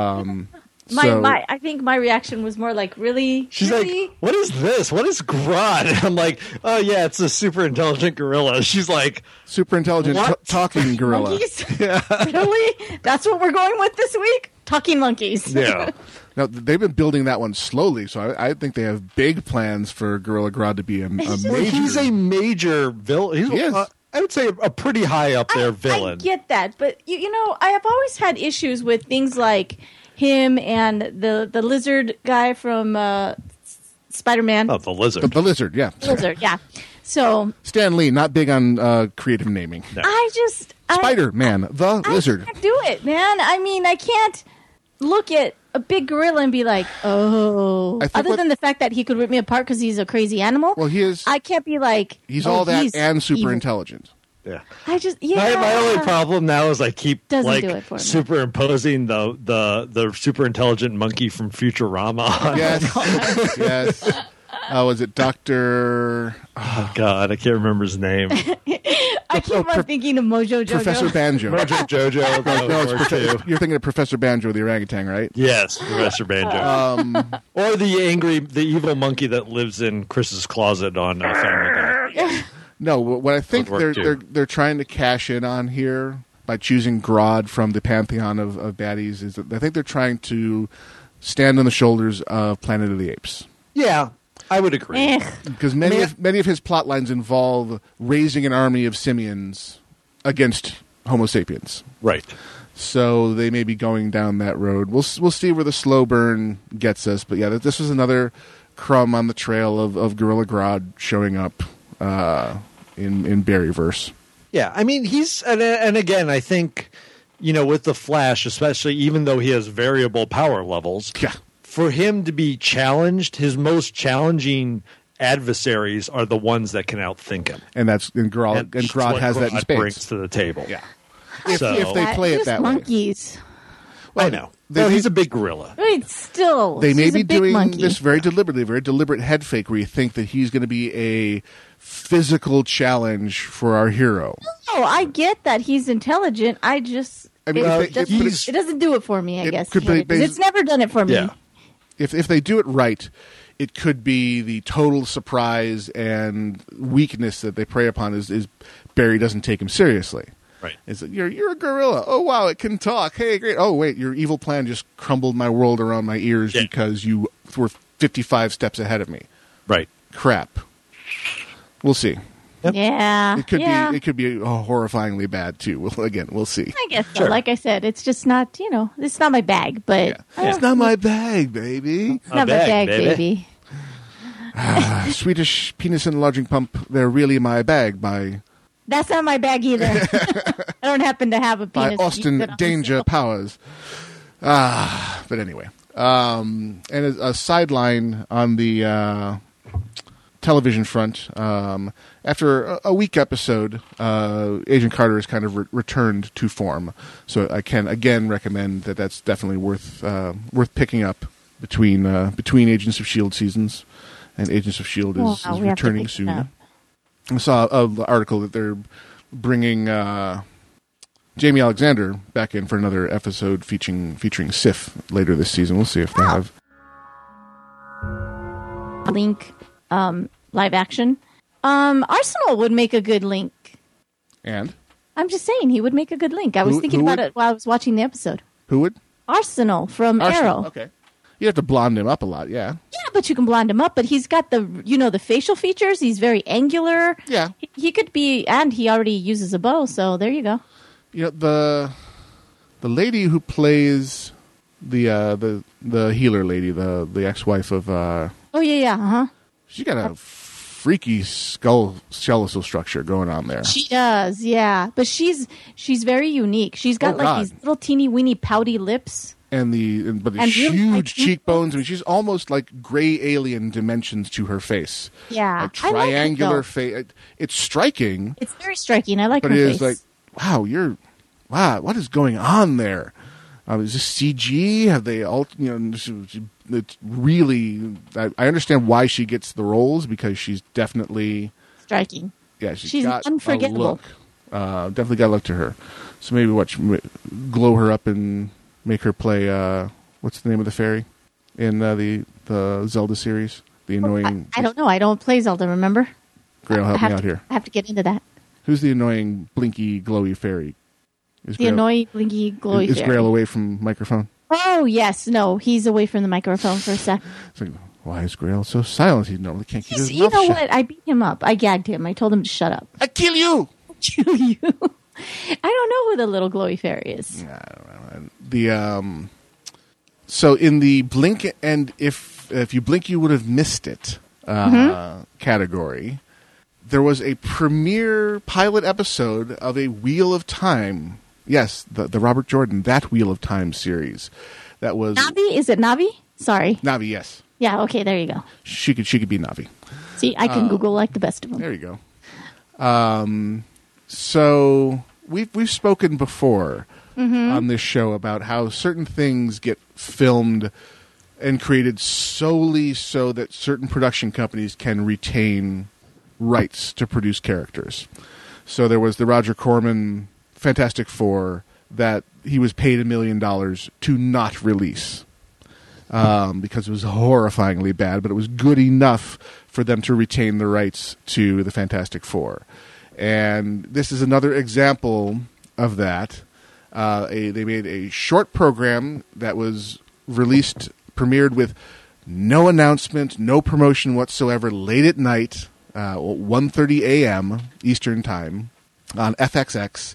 B: Um,
D: my,
B: so-
D: my, I think my reaction was more like, really,
C: She's
D: really?
C: like, "What is this? What is Grodd?" And I'm like, "Oh yeah, it's a super intelligent gorilla." She's like,
B: super intelligent
C: What?
B: t- talking gorilla.
D: monkeys? really? That's what we're going with this week? Talking monkeys.
C: "Yeah,
B: Now th- they've been building that one slowly, so I, I think they have big plans for Gorilla Grodd to be a, a
D: It's just-
B: major.
C: Well, he's a major villain. He's,
B: He is.
C: uh, I would say a pretty high up there
D: I
C: villain."
D: get that, but you, you know, I have always had issues with things like him and the the lizard guy from uh, Spider Man.
C: Oh, the lizard.
B: The, the lizard, yeah.
D: Lizard, yeah. So
B: Stan Lee, not big on uh, creative naming.
D: I just I-
B: Spider Man, the
D: I
B: lizard.
D: can't do it, man. I mean, I can't look at a big gorilla and be like, oh.
B: I think
D: Other
B: what-
D: than the fact that he could rip me apart because he's a crazy animal.
B: Well, he is-
D: I can't be like.
B: He's
D: oh,
B: all that
D: he's
B: and super
D: evil.
B: intelligent.
C: yeah.
D: I just yeah.
C: My, my only problem now is I keep
D: Doesn't
C: like
D: do it for me.
C: superimposing the the the super intelligent monkey from Futurama. on-
D: Oh
B: Yes, yes. Uh, was it Doctor
C: Oh, God, I can't remember his name.
D: I keep on thinking of Mojo Jojo.
B: Professor Banjo?
C: Roger Jojo. that
B: No, it's
C: was worse,
B: Profe-
C: too.
B: you're thinking of Professor Banjo, the orangutan, right?
C: Yes, Professor Banjo. or the angry, the evil monkey that lives in Chris's closet on uh, Family Guy.
B: No, wh- what I think
C: Would work,
B: they're
C: too.
B: they're they're trying to cash in on here by choosing Grodd from the pantheon of, of baddies is that I think they're trying to stand on the shoulders of Planet of the Apes
C: Yeah, I would agree.
D: Eh,
B: because many of, many of his plot lines involve raising an army of simians against Homo sapiens.
C: Right.
B: So they may be going down that road. We'll s- we'll see where the slow burn gets us. But yeah, th- this was another crumb on the trail of of Gorilla Grodd showing up uh, in in Barryverse.
C: Yeah, I mean he's and and again I think you know with the Flash, especially even though he has variable power levels,
B: Yeah.
C: for him to be challenged, his most challenging adversaries are the ones that can outthink him.
B: and that's and Grodd and,
C: that's
B: Grodd
C: what
B: has that in
C: Grodd brings
B: space.
C: to the table.
B: Yeah.
C: If,
B: if they play it
D: just
B: that way.
D: monkeys.
C: I know.
B: They-
C: no, he's a big gorilla.
D: Wait, still.
B: They may
D: he's a
B: be
D: big
B: doing
D: monkey.
B: this very deliberately, very deliberate head fake where you think that he's going to be a physical challenge for our hero.
D: No, Oh, I get that he's intelligent. I just.
B: I mean,
D: it,
B: if
D: it
B: they-
D: doesn't-
C: if- but it's-
D: it doesn't do it for me. I
B: It
D: guess
B: could be
D: Because
B: basi-
D: it's never done it for me.
C: Yeah.
B: If if they do it right, it could be the total surprise and weakness that they prey upon is, is Barry doesn't take him seriously.
C: Right.
B: It's that you're you're a gorilla. Oh wow, it can talk. Hey, great. Oh wait, your evil plan just crumbled my world around my ears
C: Yeah.
B: because you were 55 steps ahead of me.
C: Right.
B: crap. We'll see.
D: Yeah.
B: It could
D: yeah.
B: be. It could be oh, horrifyingly bad too. Well, again, we'll see.
D: I guess so. Like I said, it's just not, you know, it's not my bag, but
C: Yeah.
B: It's not my bag, baby.
D: it's not my bag, baby.
B: Uh, Swedish penis and lodging pump. They're really my bag by
D: That's not my bag either. I don't happen to have a
B: by
D: penis.
B: Austin
D: But I'm
B: Danger
D: single.
B: Powers. Ah, but anyway. Um, and a, a sideline on the uh, television front. Um, after a, a week episode, uh, Agent Carter has kind of re- returned to form. So I can again recommend that that's definitely worth uh, worth picking up between uh, between Agents of Shield seasons. And Agents of Shield E is,
D: Wow,
B: is
D: we have to
B: returning
D: pick it
B: soon.
D: up.
B: I saw an article that they're bringing uh, Jamie Alexander back in for another episode featuring featuring Sif later this season. We'll see if they
D: Oh,
B: have.
D: Link um, live action. Um, Arsenal would make a good Link.
B: And
D: I'm just saying he would make a good Link. I was
B: Who-
D: thinking
B: who
D: about
B: would-
D: it while I was watching the episode.
B: who would?
D: Arsenal from Arrow.
B: Arsenal. Okay. You have to blonde him up a lot, yeah.
D: Yeah, but you can blonde him up. But he's got the you know the facial features. He's very angular.
B: Yeah.
D: he, he could be, and he already uses a bow. So there you go.
B: You know the the lady who plays the uh, the the healer lady, the the ex wife of uh,
D: Oh yeah, yeah, uh huh.
B: she got a freaky skull skeletal structure going on there.
D: She does, yeah. But she's she's very unique. She's got
B: Oh,
D: like
B: God.
D: these little teeny weeny pouty lips.
B: and the and, but the
D: And
B: huge
D: really, like,
B: cheekbones. I mean, she's almost like gray alien dimensions to her face.
D: Yeah,
B: a
D: I like it,
B: triangular
D: though.
B: face. It's striking,
D: It's very striking. I like
B: but
D: her
B: it is
D: face.
B: like, wow, you're wow, what is going on there? Um, is this CG? Have they all? You know, she- she- it's really. I, I understand why she gets the roles because she's definitely
D: striking.
B: yeah, she's,
D: She's
B: got
D: unforgettable.
B: A look. Uh, definitely got a look to her. So maybe watch m- glow her up and make her play. Uh, what's the name of the fairy in uh, the the Zelda series? The annoying.
D: I don't know. I don't play Zelda. Remember?
B: Grail,
D: I
B: Uh, help
D: have
B: me out
D: to,
B: here.
D: I have to get into that.
B: Who's the annoying blinky glowy fairy? Is
D: The annoying blinky glowy.
B: Is
D: fairy.
B: Grail away from microphone?
D: Oh yes, no, he's away from the microphone for a sec.
B: It's like, why is Grail so silent? He normally can't keep
D: He's,
B: his
D: you
B: mouth
D: know
B: shut.
D: what? I beat him up. I gagged him. I told him to shut up.
B: I kill you.
D: kill you. I don't know who the little glowy fairy is.
B: The um, so in the blink and if if you blink you would have missed it uh,
D: Mm-hmm.
B: category there was a premiere pilot episode of a wheel of time yes the, the robert jordan that wheel of time series that was
D: Navi? Is it Navi? Sorry.
B: navi yes
D: Yeah. Okay. There you go.
B: she could she could be navi
D: See, I can Google like the best of them.
B: Uh, there you go. Um, so we've we've spoken before on this show about how certain things get filmed and created solely so that certain production companies can retain rights to produce characters. So there was the Roger Corman Fantastic Four that he was paid a million dollars to not release um, because it was horrifyingly bad, but it was good enough for them to retain the rights to the Fantastic Four. And this is another example of that. Uh, a, they made a short program that was released, premiered with no announcement, no promotion whatsoever, late at night, uh, 1.30 a.m. Eastern Time on FXX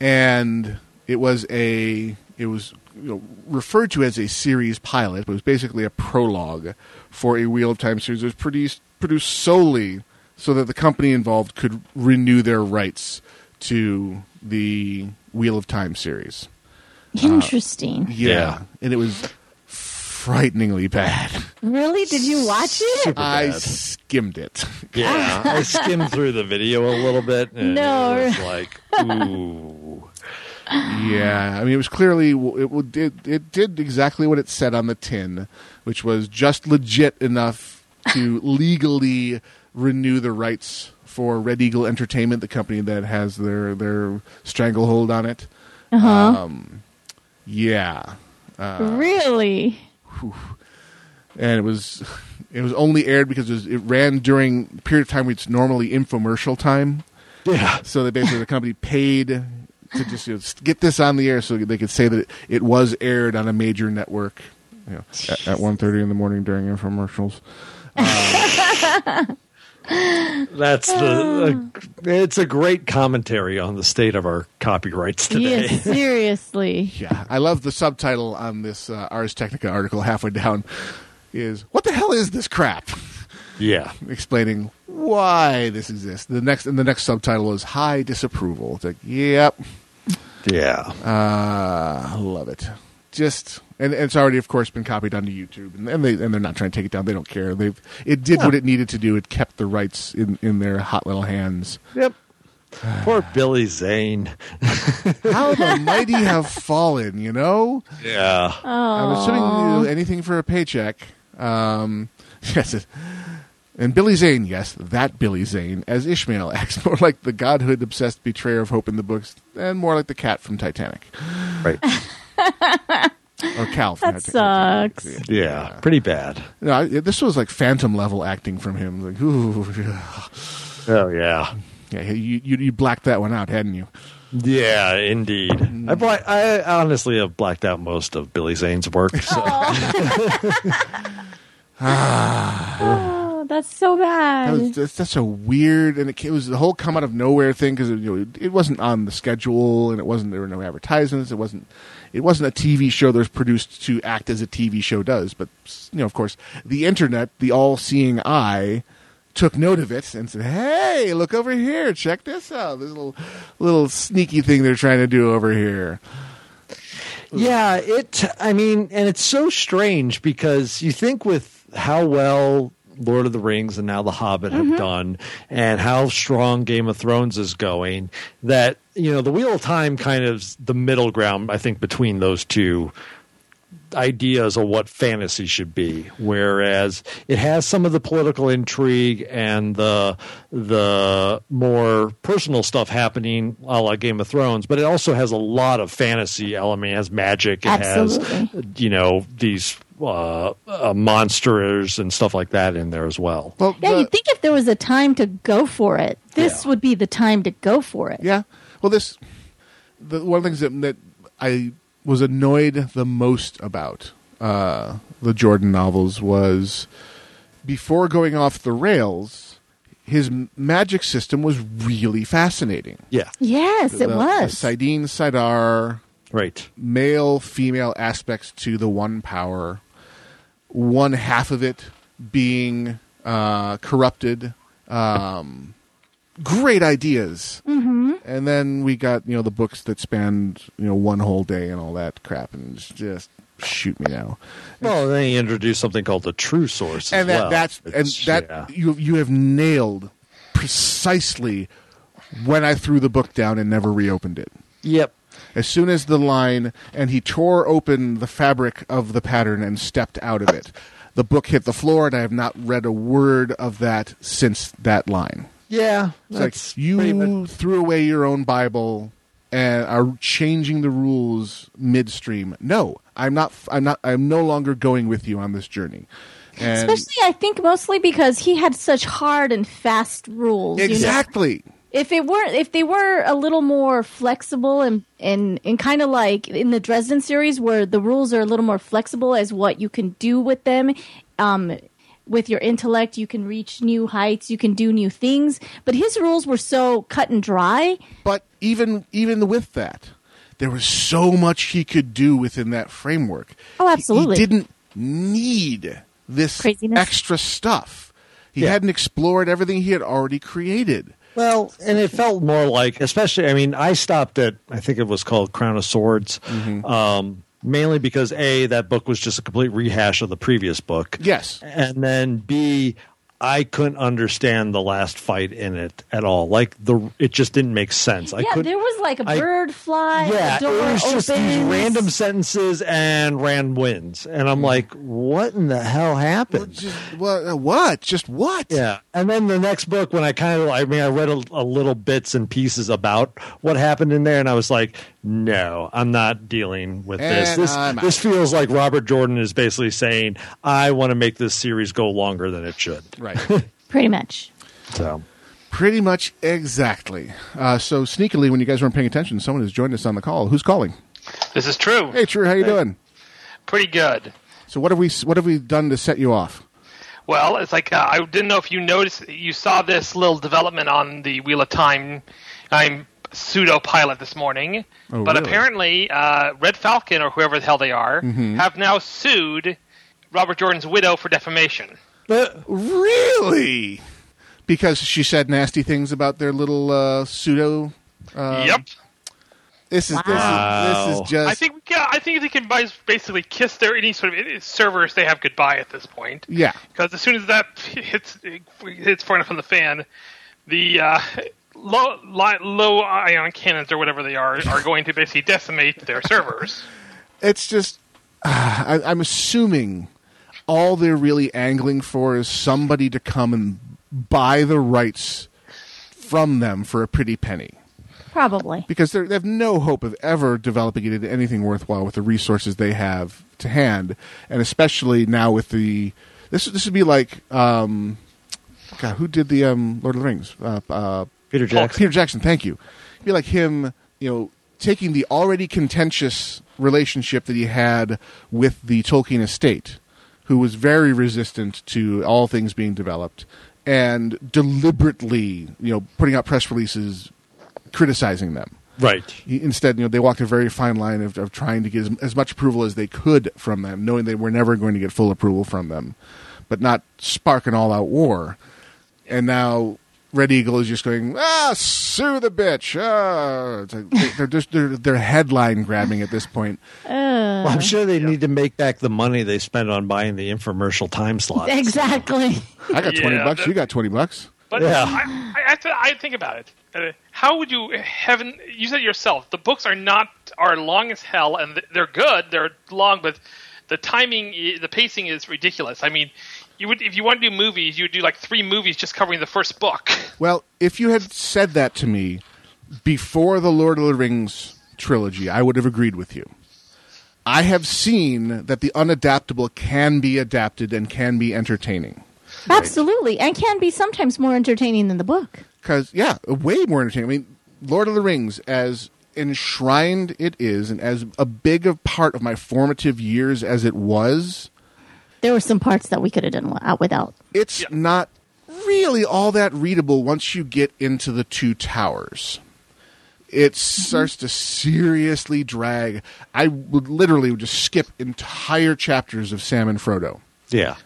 B: and it was a it was you know, referred to as a series pilot, but it was basically a prologue for a Wheel of Time series. It was produced produced solely so that the company involved could renew their rights to the Wheel of Time series.
D: Interesting.
B: Uh,
C: Yeah.
B: and it was frighteningly bad.
D: really? Did you watch it?
C: Super
B: I
C: bad.
B: skimmed it.
C: Yeah, I skimmed through the video a little bit. And
D: No.
C: it was like ooh,
B: Yeah, I mean, it was clearly it, w- it it did exactly what it said on the tin, which was just legit enough to legally renew the rights for Red Eagle Entertainment, the company that has their their stranglehold on it. Um,
D: Uh huh.
B: Yeah,
D: really?
B: and it was it was only aired because it, was, it ran during the period of time where it's normally infomercial time.
C: yeah,
B: So they basically the company paid to just you know, s- get this on the air so they could say that it, it was aired on a major network. You know, at, at one thirty in the morning during infomercials.
C: that's the. Uh, it's a great commentary on the state of our copyrights today.
D: Yeah. Seriously.
B: Yeah, I love the subtitle on this uh, Ars Technica article halfway down. Is what the hell is this crap?
C: Yeah,
B: Explaining why this exists. The next and the next subtitle is high disapproval. It's like, yep,
C: yeah.
B: I love it. Just and, and it's already, of course, been copied onto YouTube, and, and they and they're not trying to take it down. They don't care. They've it did what it needed to do. It kept the rights in in their hot little hands.
C: yep. Poor Billy Zane.
B: How the mighty have fallen, you know.
C: Yeah.
B: I'm assuming you do anything for a paycheck. Um, yes. it- And Billy Zane, yes, that Billy Zane as Ishmael acts more like the godhood obsessed betrayer of hope in the books, and more like the cat from Titanic
C: right.
B: or Cal. From
D: That
B: Titanic.
D: sucks.
C: Yeah. Pretty bad.
B: No, I- this was like phantom level acting from him. Like, ooh, yeah.
C: Oh yeah.
B: yeah, you, you you blacked that one out, hadn't you?
C: Yeah, indeed. I brought, I honestly have blacked out most of Billy Zane's work. So.
D: Oh, that's so
B: That
D: bad.
B: was that's such a weird, and it, ca- it was the whole come out of nowhere thing because it, you know, it, it wasn't on the schedule, and it wasn't there were no advertisements. It wasn't it wasn't a TV show that was produced to act as a TV show does. But you know, of course, the internet, the all seeing eye, took note of it and said, "Hey, look over here! Check this out! This little little sneaky thing they're trying to do over here."
C: Yeah, it. I mean, and it's so strange because you think with how well Lord of the Rings and now The Hobbit have done, and how strong Game of Thrones is going, that you know the Wheel of Time kind of is the middle ground, I think, between those two ideas of what fantasy should be whereas it has some of the political intrigue and the the more personal stuff happening a la game of thrones but it also has a lot of fantasy element it has magic it has
D: Absolutely.
C: you know these uh, uh monsters and stuff like that in there as well
B: Well,
D: yeah,
B: the-
D: you'd think if there was a time to go for it, this
C: Yeah.
D: would be the time to go for it.
B: Yeah. Well, this the one of the things that, that I was annoyed the most about uh, the Jordan novels was before going off the rails, his m- magic system was really fascinating.
C: yeah
D: Yes, it
B: The-
D: was.
B: the Sidene, Sidar,
C: Right.
B: male female aspects to the one power, one half of it being uh, corrupted. Um, great ideas. Mm-hmm. And then we got you know the books that spanned you know one whole day and all that crap, and it's just shoot me now.
C: Well, they introduced something called the true source. as
B: and that
C: well.
B: that's
C: It's-
B: and that
C: yeah.
B: you you have nailed precisely when I threw the book down and never reopened it.
C: Yep.
B: As soon as the line, and he tore open the fabric of the pattern and stepped out of it. The book hit the floor, and I have not read a word of that since that line.
C: Yeah.
B: It's
C: That's
B: like you
C: pretty much-
B: threw away your own Bible and are changing the rules midstream. No, I'm not. I'm not. I'm no longer going with you on this journey. And
D: Especially, I think mostly because he had such hard and fast rules. you know?
B: exactly.
D: If it were, if they were a little more flexible and and and kind of like in the Dresden series, where the rules are a little more flexible as what you can do with them, um, with your intellect, you can reach new heights, you can do new things. But his rules were so cut and dry.
B: But even even with that, there was so much he could do within that framework.
D: Oh, absolutely.
B: He, he didn't need this
D: Craziness.
B: extra stuff. He
C: Yeah.
B: hadn't explored everything he had already created.
C: Well, and it felt more like, especially, I mean, I stopped at, I think it was called Crown of Swords, um, mainly because A, that book was just a complete rehash of the previous book.
B: Yes.
C: And then B, I couldn't understand the last fight in it at all. Like, the it just didn't make sense. I
D: yeah,
C: couldn't.
D: there was like a
C: I-
D: bird fly,
C: yeah,
D: a door
C: it was just these
D: opens.
C: random sentences and random wins, and I'm like, what in the hell
B: Well,
C: happened?
B: just, well, uh, what? Just what?
C: Yeah, and then the next book, when I kind of, I mean, I read a, a little bits and pieces about what happened in there, and I was like, no, I'm not dealing with this.
B: And
C: This
B: I'm out.
C: this feels like Robert Jordan is basically saying, I want to make this series go longer than it should.
B: Right.
D: pretty much.
C: So
B: Pretty much exactly. Uh, so sneakily, when you guys weren't paying attention, someone has joined us on the call. Who's calling?
F: This is true.
B: Hey, True, how you doing?
F: Pretty good.
B: So what have we what have we done to set you off?
F: Well, it's like uh, I didn't know if you noticed, you saw this little development on the Wheel of Time. I'm pseudo pilot this morning,
B: Oh,
F: but
B: really?
F: apparently uh, Red Falcon or whoever the hell they are
B: Mm-hmm.
F: have now sued Robert Jordan's widow for defamation.
B: Really? Because she said nasty things about their little uh, pseudo. Uh,
F: yep.
B: This is, this is this
C: Wow.
B: is just.
F: I think we can, I think they can buy- basically kiss their any sort of servers they have goodbye at this point.
B: yeah.
F: because as soon as that hits hits far enough on the fan, the uh, low li- low ion cannons or whatever they are are going to basically decimate their servers.
B: It's just. ah, I, I'm assuming all they're really angling for is somebody to come and buy the rights from them for a pretty penny.
D: Probably.
B: Because they're, they have no hope of ever developing it into anything worthwhile with the resources they have to hand, and especially now with the this this would be like um, God, who did the um, Lord of the Rings? Uh, uh,
C: Peter Jackson.
B: Peter Jackson, thank you. It'd be like him, you know, taking the already contentious relationship that he had with the Tolkien estate, who was very resistant to all things being developed, and deliberately, you know, putting out press releases criticizing them.
C: right,
B: He- Instead, you know, they walked a very fine line of, of trying to get as, as much approval as they could from them, knowing they were never going to get full approval from them, but not spark an all-out war. And now Red Eagle is just going, ah, sue the bitch. Ah. It's like, they- they're just they're, they're headline grabbing at this point.
C: well, I'm sure they need to make back the money they spent on buying the infomercial time slot.
D: Exactly.
B: I got twenty
F: Yeah,
B: bucks.
F: that-
B: you got twenty bucks.
F: But
C: Yeah.
F: I, I, I, have to, I think about it. Uh, how would you heaven? You said yourself the books are not are long as hell, and th- they're good. They're long, but the timing, i- the pacing is ridiculous. I mean, you would if you want to do movies, you would do like three movies just covering the first book.
B: Well, if you had said that to me before the Lord of the Rings trilogy, I would have agreed with you. I have seen that the unadaptable can be adapted and can be entertaining.
D: Absolutely. And can be sometimes more entertaining than the book.
B: Because, yeah, way more entertaining. I mean, Lord of the Rings, as enshrined it is, and as a big a part of my formative years as it was,
D: There were some parts that we could have done wi- out without.
B: it's not really all that readable once you get into the two towers. it starts to seriously drag. I would literally would just skip entire chapters of Sam and Frodo
C: Oh, Yeah.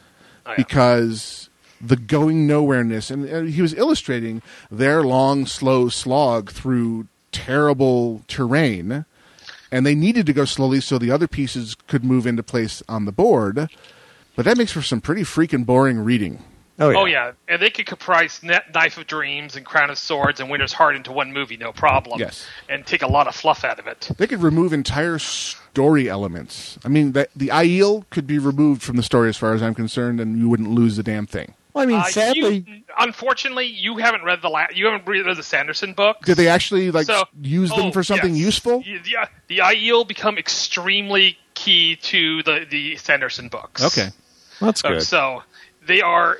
F: Oh,
B: because the going nowhereness and uh, he was illustrating their long slow slog through terrible terrain and they needed to go slowly so the other pieces could move into place on the board but that makes for some pretty freaking boring reading
C: Oh yeah.
F: Oh yeah, and they could comprise Kn- Knife of Dreams and Crown of Swords and Winter's Heart into one movie, no problem.
B: Yes.
F: and take a lot of fluff out of it.
B: they could remove entire story elements i mean the, the iel could be removed from the story as far as i'm concerned and you wouldn't lose the damn thing
C: Well, I mean,
F: Uh,
C: sadly,
F: you, unfortunately, you haven't read the la- you haven't read the Sanderson books.
B: did they actually like
F: so,
B: use them
F: oh,
B: for something
F: yes.
B: useful
F: Y- Yeah, the IEL become extremely key to the the Sanderson books.
B: okay
C: that's
F: Uh,
C: good.
F: So they are.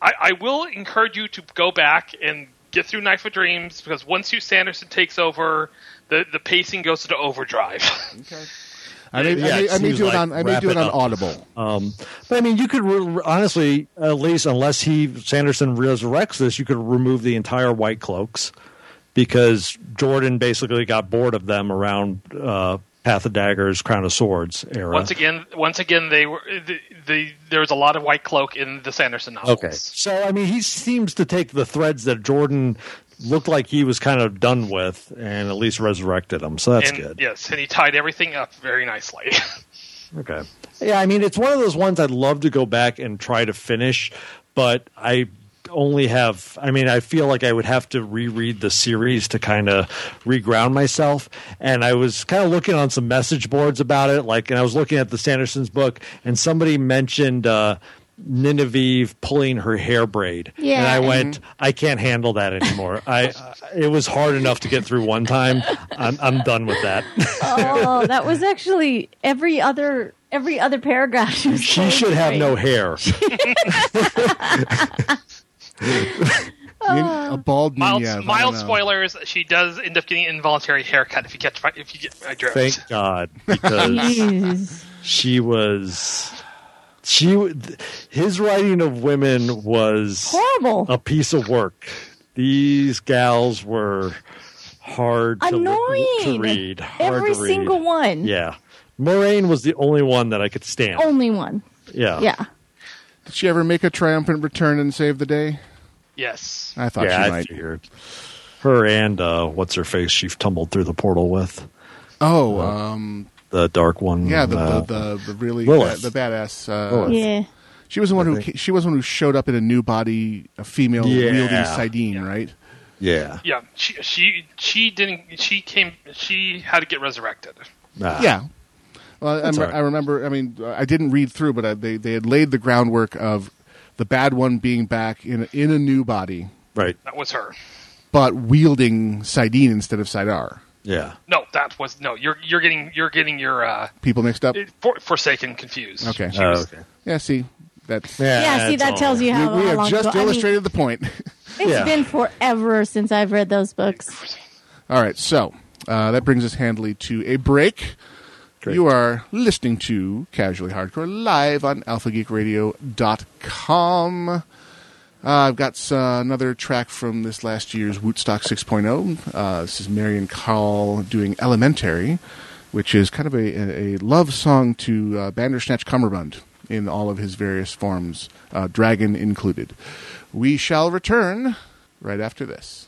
F: I, I will encourage you to go back and get through Knife of Dreams because once you Sanderson takes over, the the pacing goes into overdrive.
B: i may,
C: Yeah,
B: I may,
C: it
B: I may
C: seems
B: do it
C: like
B: on i may
C: wrap
B: do it
C: it
B: on
C: up.
B: audible
C: Um, but I mean, you could re- honestly, at least unless he Sanderson resurrects this, you could remove the entire white cloaks because Jordan basically got bored of them around uh, Path of Daggers, Crown of Swords era.
F: once again, once again, they were the, the there was a lot of white cloak in the Sanderson novels.
C: Okay. So I mean, he seems to take the threads that Jordan looked like he was kind of done with, and at least resurrected them. So that's
F: and,
C: good.
F: Yes, and he tied everything up very nicely.
C: Okay. Yeah, I mean, it's one of those ones I'd love to go back and try to finish, but I only have I mean, I feel like I would have to reread the series to kind of reground myself. And I was kind of looking on some message boards about it, like, and I was looking at the Sanderson's book, and somebody mentioned, uh, Nineveh pulling her hair braid,
D: Yeah.
C: and I went, I can't handle that anymore. I, it was hard enough to get through one time. I'm, I'm done with that.
D: Oh, that was actually every other every other paragraph. She, was
C: she
D: so
C: should have
D: great.
C: no hair.
B: a bald
F: mild
B: Nuñez, I don't
F: mild
B: know.
F: spoilers. She does end up getting an involuntary haircut if you catch my if you get my drift.
C: Thank God, because
D: Jeez.
C: she was she th- his writing of women was
D: Horrible.
C: a piece of work. These gals were hard to,
D: Annoying.
C: to read. Hard
D: Every
C: to read.
D: single one.
C: Yeah, Moraine was the only one that I could stand.
D: Only one.
C: yeah,
D: Oh, Yeah.
B: Did she ever make a triumphant return and save the day?
F: Yes.
B: I thought
C: yeah.
B: she
C: I
B: might.
C: figured her and uh, what's her face she tumbled through the portal with
B: Oh, um,
C: the dark one.
B: yeah, the,
C: uh,
B: the, the, the really
C: Lilith.
B: the badass. Uh,
C: Lilith.
D: Yeah.
B: She was the one who ca- she was the one who showed up in a new body, a female
C: Yeah.
B: wielding Sidene, right?
C: yeah,
F: Yeah. She she she didn't. She came. She had to get resurrected.
C: Ah.
B: Yeah. Well, I,
C: That's
B: I,
C: all right.
B: I remember. I mean, I didn't read through, but I, they they had laid the groundwork of the bad one being back in in a new body,
C: right,
F: That was her.
B: but wielding Sidene instead of Sidar.
C: yeah.
F: No, that was no. You're you're getting you're getting your uh,
B: People mixed up.
F: for, forsaken confused.
B: Okay.
F: She was-
C: okay.
B: Yeah. See, that's
D: Yeah, see, that tells
B: we,
D: you how,
B: we
D: how
B: have
D: long
B: just
D: ago.
B: illustrated the point.
D: I mean, it's
C: Yeah.
D: been forever since I've read those
B: Oh.
D: books.
B: All right, so uh, that brings us handily to a break. You are listening to Casually Hardcore live on alphageekradio.com. Uh, I've got uh, another track from this last year's Wootstock 6.0. Uh, this is Marion Call doing Elementary, which is kind of a, a, a love song to uh, Bandersnatch Cummerbund in all of his various forms, uh, Dragon included. We shall return right after this.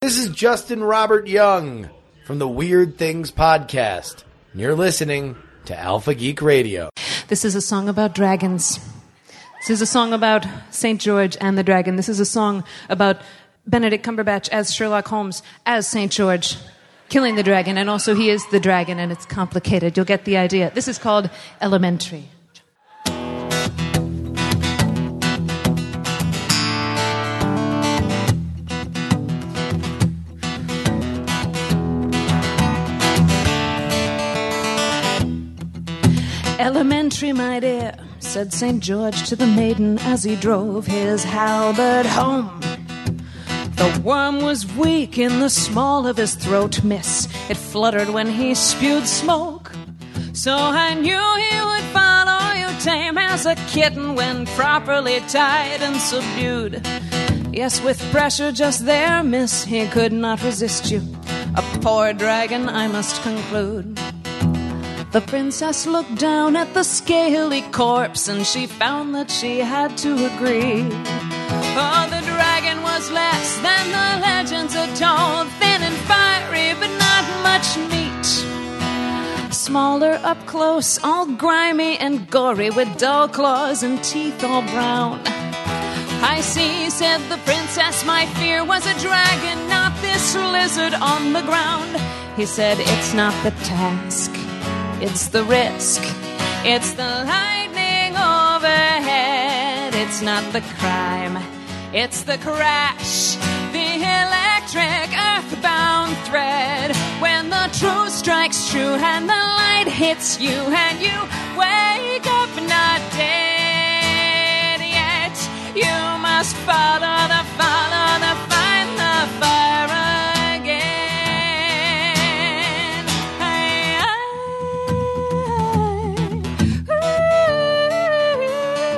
G: This is Justin Robert Young from the Weird Things Podcast. And you're listening to Alpha Geek Radio.
H: This is a song about dragons. This is a song about St. George and the dragon. This is a song about Benedict Cumberbatch as Sherlock Holmes, as St. George, killing the dragon, and also he is the dragon, and it's complicated. You'll get the idea. This is called Elementary. Elementary, my dear, said St. George to the maiden as he drove his halberd home. The worm was weak in the small of his throat, miss. It fluttered when he spewed smoke. So I knew he would follow you tame as a kitten when properly tied and subdued. Yes, with pressure just there, miss, he could not resist you. A poor dragon, I must conclude. The princess looked down at the scaly corpse and she found that she had to agree. For the dragon was less than the legends are told, thin and fiery, but not much meat smaller up close, all grimy and gory, with dull claws and teeth all brown. I see, said the princess, my fear was a dragon, not this lizard on the ground. He said, It's not the task, it's the risk, it's the lightning overhead, it's not the crime, it's the crash, the electric earthbound thread. When the truth strikes true and the light hits you, and you wake up not dead yet, you must follow the follow the find the fire again. Aye,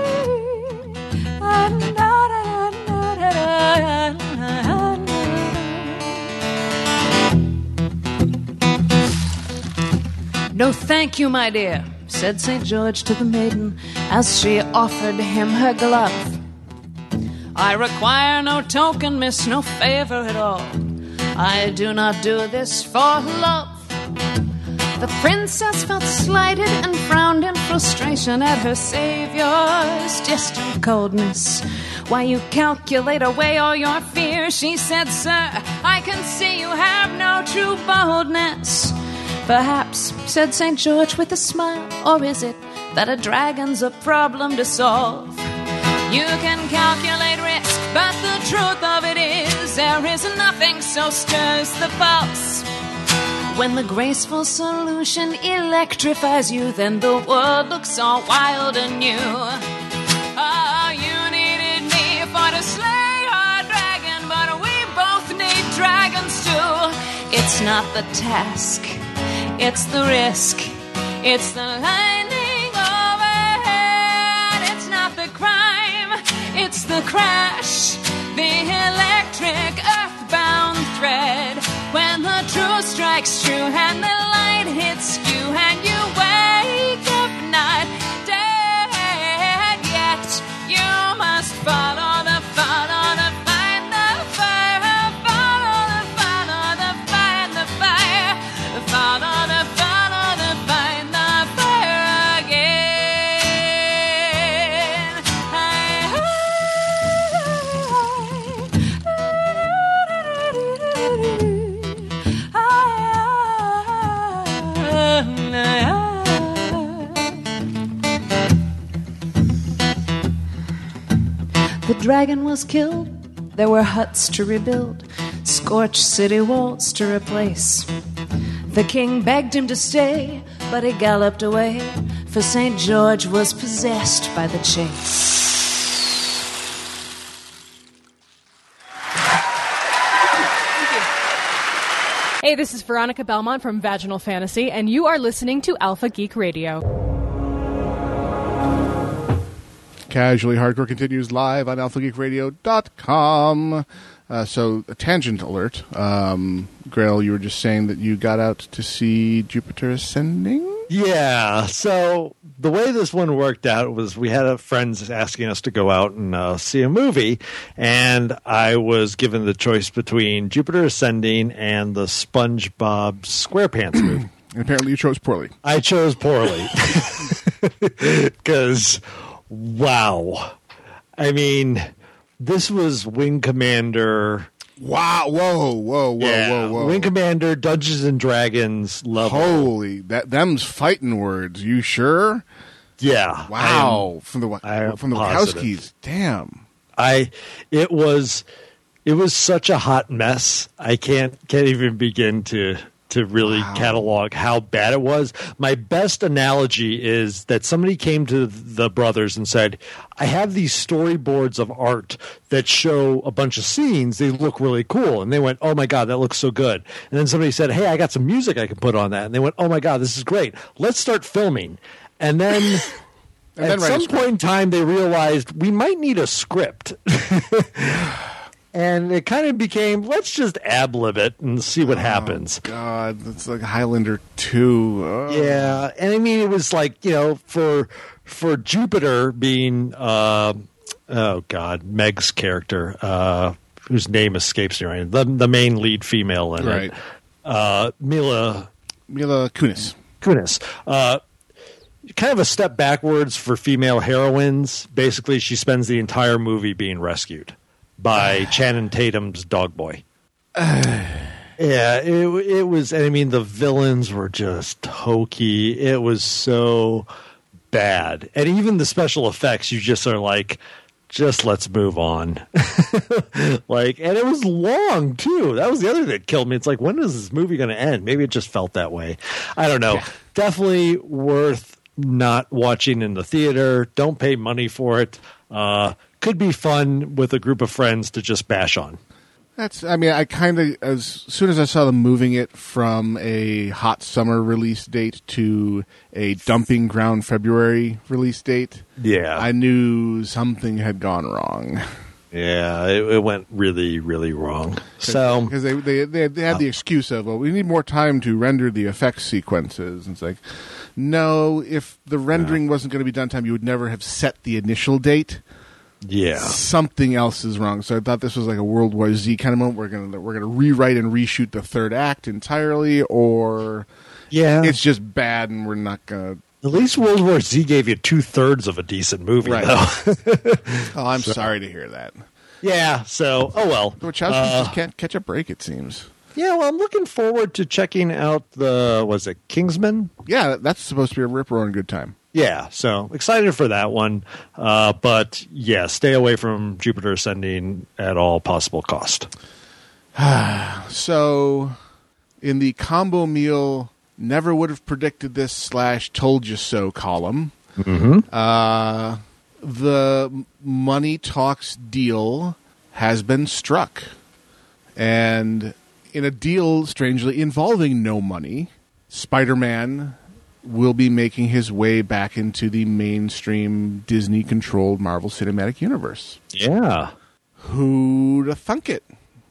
H: aye. Ah, da, da, da, da, da, da, da. No, thank you, my dear, said St. George to the maiden as she offered him her glove. I require no token, miss, no favor at all. I do not do this for love. The princess felt slighted and frowned in frustration at her savior's distant coldness. Why you calculate away all your fear, she said, Sir, I can see you have no true boldness. Perhaps, said St. George with a smile, or is it that a dragon's a problem to solve? You can calculate risk, but the truth of it is there is nothing so stirs the pulse. When the graceful solution electrifies you, then the world looks all wild and new. Oh, you needed me for to slay our dragon, but we both need dragons too. It's not the task, it's the risk, it's the lightning overhead. It's not the crime, it's the crash, the electric earthbound thread. When the truth strikes true and the light hits you, and you wake up not dead yet, you must follow the follow the find the fire, follow the follow the find the fire, follow the follow the find the fire again. The dragon was killed. There were huts to rebuild, scorched city walls to replace. The king begged him to stay, but he galloped away, for St. George was possessed by the chase.
I: Hey, this is Veronica Belmont from Vaginal Fantasy, and you are listening to Alpha Geek Radio.
B: Casually Hardcore continues live on alphageekradio.com. Uh, so, a tangent alert. Um, Grail, you were just saying that you got out to see Jupiter Ascending?
C: Yeah. So the way this one worked out was we had a friends asking us to go out and uh, see a movie, and I was given the choice between Jupiter Ascending and the SpongeBob SquarePants movie.
B: And apparently you chose poorly.
C: I chose poorly because wow, I mean, this was Wing Commander.
B: Wow. Whoa, whoa, whoa,
C: Yeah,
B: whoa, whoa.
C: Wing Commander, Dungeons and Dragons level.
B: Holy, that them's fighting words. You sure?
C: Yeah.
B: Wow. from the
C: I am
B: from the
C: positive.
B: Wachowskis. Damn.
C: I it was it was such a hot mess. I can't can't even begin to to really catalog how bad it was. My best analogy is that somebody came to the brothers and said, "I have these storyboards of art that show a bunch of scenes. They look really cool." And they went, "Oh my god, that looks so good." And then somebody said, "Hey, I got some music I can put on that." And they went, "Oh my god, this is great. Let's start filming." And then
B: then
C: At
B: write a
C: some
B: script.
C: point in time, they realized we might need a script. and it kind of became let's just ab lib it and see what happens.
B: God, that's like Highlander two. Oh.
C: Yeah, and I mean it was like you know for for Jupiter being uh, oh god Meg's character uh, whose name escapes me right now, the the main lead female in
B: Right.
C: it uh, Mila
B: Mila Kunis.
C: Kunis. Uh, kind of a step backwards for female heroines. Basically, she spends the entire movie being rescued by Channing Tatum's dog boy. yeah, it it was. I mean, the villains were just hokey. It was so bad, and even the special effects. You just are like. Just let's move on. like, and it was long too. That was the other thing that killed me. It's like, when is this movie going to end? Maybe it just felt that way. I don't know. Definitely worth not watching in the theater. Don't pay money for it. Uh, could be fun with a group of friends to just bash on.
B: That's. I mean, I kind of as soon as I saw them moving it from a hot summer release date to a dumping ground February release date.
C: Yeah.
B: I knew something had gone wrong.
C: Yeah, it, it went really, really wrong. So,
B: because they they they, they had the excuse of well we need more time to render the effects sequences and it's like no if the rendering wasn't going to be done time you would never have set the initial date
C: yeah.
B: something else is wrong so I thought this was like a World War Z kind of moment we're gonna we're gonna rewrite and reshoot the third act entirely or
C: Yeah.
B: it's just bad and we're not gonna
C: At least World War Z gave you two thirds of a decent movie,
B: Right.
C: though.
B: oh I'm sorry to hear that Uh.
C: yeah, so, oh well.
B: the Wachowskis just can't catch a break it seems
C: Yeah, well, I'm looking forward to checking out the, was it Kingsman?
B: yeah that- that's supposed to be a rip roaring good time
C: yeah so excited for that one uh, but yeah stay away from jupiter ascending at all possible cost
B: So, in the combo meal, never would have predicted this slash told you so column. Uh, the money talks deal has been struck, and in a deal strangely involving no money, Spider-Man will be making his way back into the mainstream Disney-controlled Marvel Cinematic Universe.
C: yeah
B: Who'da thunk it?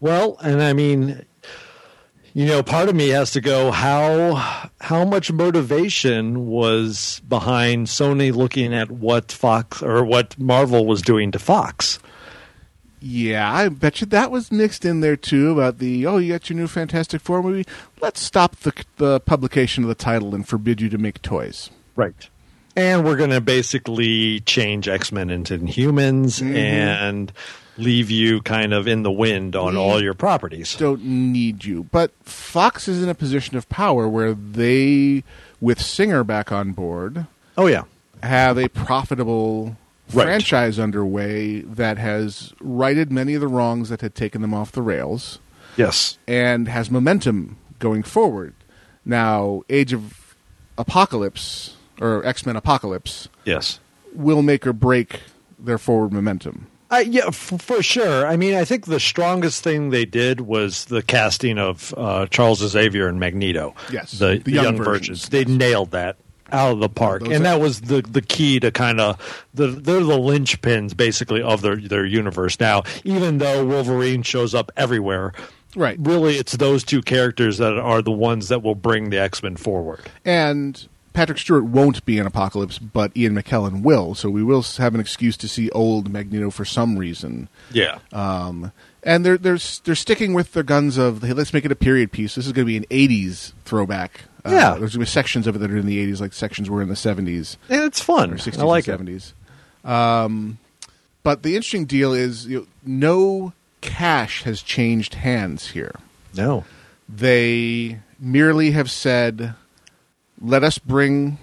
C: well and i mean you know part of me has to go how how much motivation was behind sony looking at what fox or what marvel was doing to fox
B: Yeah, I bet you that was mixed in there too about the oh, you got your new Fantastic Four movie. Let's stop the the publication of the title and forbid you to make toys.
C: Right. And we're going to basically change X Men into humans and leave you kind of in the wind on all your properties.
B: Don't need you. But Fox is in a position of power where they, with Singer back on board,
C: Oh, yeah.
B: have a profitable
C: Right.
B: franchise underway that has righted many of the wrongs that had taken them off the rails.
C: Yes.
B: and has momentum going forward. Now, Age of Apocalypse or X Men Apocalypse
C: Yes.
B: will make or break their forward momentum.
C: Uh, yeah, f- for sure. I mean, I think the strongest thing they did was the casting of uh, Charles Xavier and Magneto.
B: Yes,
C: the, the young, virgins. They nailed that out of the park,
B: Those
C: and
B: are-
C: that was the the key to kind of the they're the linchpins basically of their their universe now. Even though Wolverine shows up everywhere,
B: Right.
C: Really, it's those two characters that are the ones that will bring the X Men forward.
B: And Patrick Stewart won't be in Apocalypse, but Ian McKellen will, so we will have an excuse to see old Magneto for some reason.
C: Yeah,
B: Um, and they're they're they're sticking with their guns of hey, let's make it a period piece. This is going to be an '80s throwback. Uh,
C: Yeah.
B: there's going to be sections of it that are in the '80s, like sections were in the '70s.
C: and it's fun.
B: or 60s
C: I like
B: and
C: it.
B: 70s. Um, but the interesting deal is you know, no cash has changed hands here.
C: No,
B: They merely have said, let us bring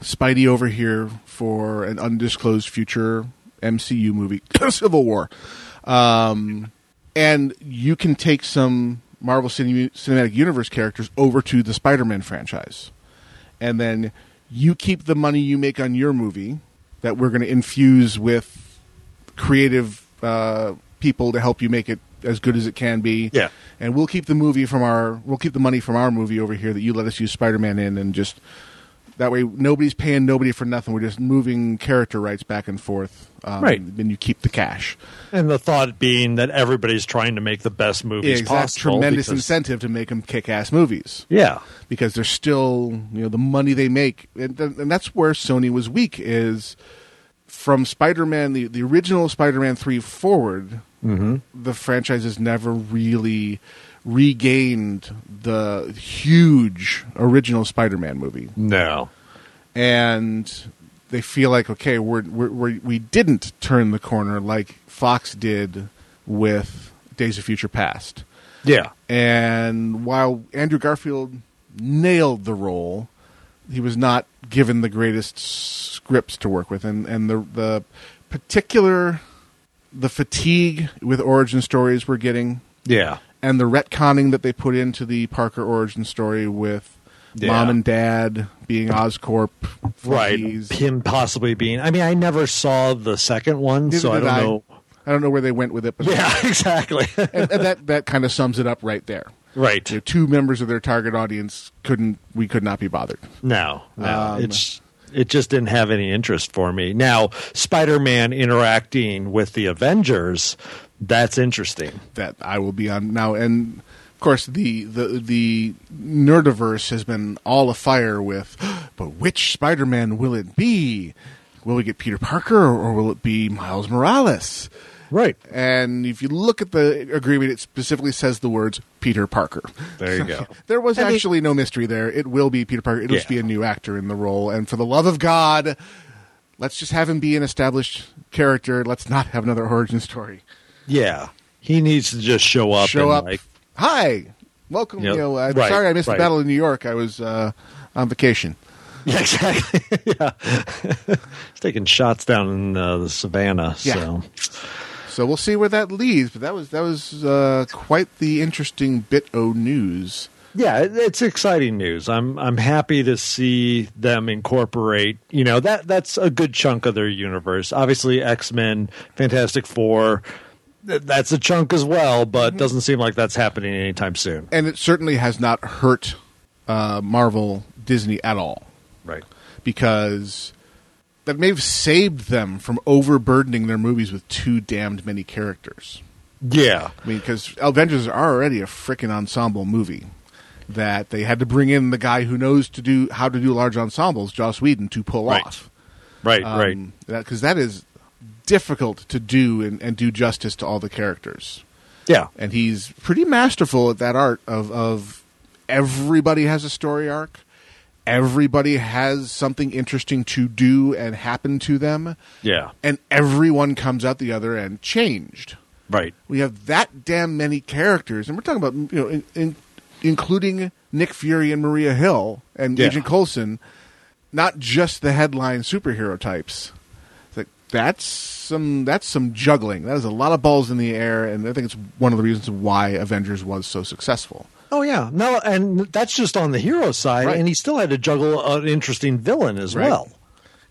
B: Spidey over here for an undisclosed future MCU movie, Civil War. Um, and you can take some Marvel Cine- Cinematic Universe characters over to the Spider Man franchise. And then you keep the money you make on your movie that we're going to infuse with creative uh, people to help you make it as good as it can be.
C: Yeah.
B: And we'll keep the movie from our, we'll keep the money from our movie over here that you let us use Spider Man in and just That way, nobody's paying nobody for nothing. We're just moving character rights back and forth. Um,
C: Right.
B: Then you keep the cash.
C: And the thought being that everybody's trying to make the best movies
B: Exact
C: possible.
B: tremendous
C: because-
B: incentive to make them kick-ass movies.
C: Yeah.
B: because they're still you know the money they make and, th- and that's where sony was weak is from spider-man the, the original spider-man 3 forward the franchise has never really regained the huge original spider-man movie
C: No.
B: and they feel like okay we're, we're, we're we didn't turn the corner like fox did with days of future past
C: Yeah.
B: and while Andrew Garfield nailed the role, he was not given the greatest scripts to work with, and and the the particular the fatigue with origin stories we're getting,
C: Yeah.
B: and the retconning that they put into the Parker origin story with
C: Yeah.
B: mom and dad being Oscorp,
C: Right.
B: flunkies.
C: Him possibly being. I mean, I never saw the second one,
B: Neither
C: so I
B: did
C: don't know.
B: I don't know where they went with it, but
C: Yeah, exactly.
B: and, and that that kind of sums it up right there.
C: right.
B: You know, two members of their target audience couldn't we could not be bothered.
C: No, no.
B: Um,
C: it's it just didn't have any interest for me. Now, Spider-Man interacting with the Avengers, that's interesting.
B: that I will be on now. And of course, the the the nerdiverse has been all afire with, but which Spider-Man will it be? Will we get Peter Parker or, or will it be Miles Morales?
C: Right.
B: And if you look at the agreement, it specifically says the words Peter Parker.
C: There you go.
B: There was
C: I mean-
B: actually no mystery there. It will be Peter Parker. It'll just
C: Yeah.
B: be a new actor in the role. And for the love of God, let's just have him be an established character. Let's not have another origin story
C: Yeah. He needs to just show up
B: show
C: and
B: up.
C: like
B: Hi, welcome.
C: Yep.
B: You know, I'm
C: Right,
B: sorry I missed
C: right.
B: the battle in New York. I was uh, on vacation.
C: Yeah, exactly. yeah. He's taking shots down in uh, the savannah,
B: Yeah.
C: so
B: So we'll see where that leads. But that was that was uh, quite the interesting bit o news.
C: yeah, it- it's exciting news. I'm I'm happy to see them incorporate. You know that that's a good chunk of their universe. Obviously, X Men, Fantastic Four, th- that's a chunk as well. But doesn't seem like that's happening anytime soon.
B: and it certainly has not hurt uh, Marvel Disney at all
C: Right.
B: because that may have saved them from overburdening their movies with too damned many characters.
C: Yeah.
B: I mean, because Avengers are already a freaking ensemble movie that they had to bring in the guy who knows to do how to do large ensembles, Joss Whedon, to pull
C: Right.
B: off.
C: Right. right.
B: Because that is difficult to do and, and do justice to all the characters.
C: Yeah.
B: And he's pretty masterful at that art of, of everybody has a story arc. Everybody has something interesting to do and happen to them.
C: Yeah.
B: And everyone comes out the other end changed
C: Right.
B: we have that damn many characters, and we're talking about you know, in, in, including Nick Fury and Maria Hill and
C: Yeah.
B: Agent Coulson, not just the headline superhero types. It's like that's some that's some juggling. That is a lot of balls in the air, and I think it's one of the reasons why Avengers was so successful.
C: Oh yeah. No, and that's just on the hero side,
B: Right.
C: and he still had to juggle an interesting villain as
B: Right.
C: well.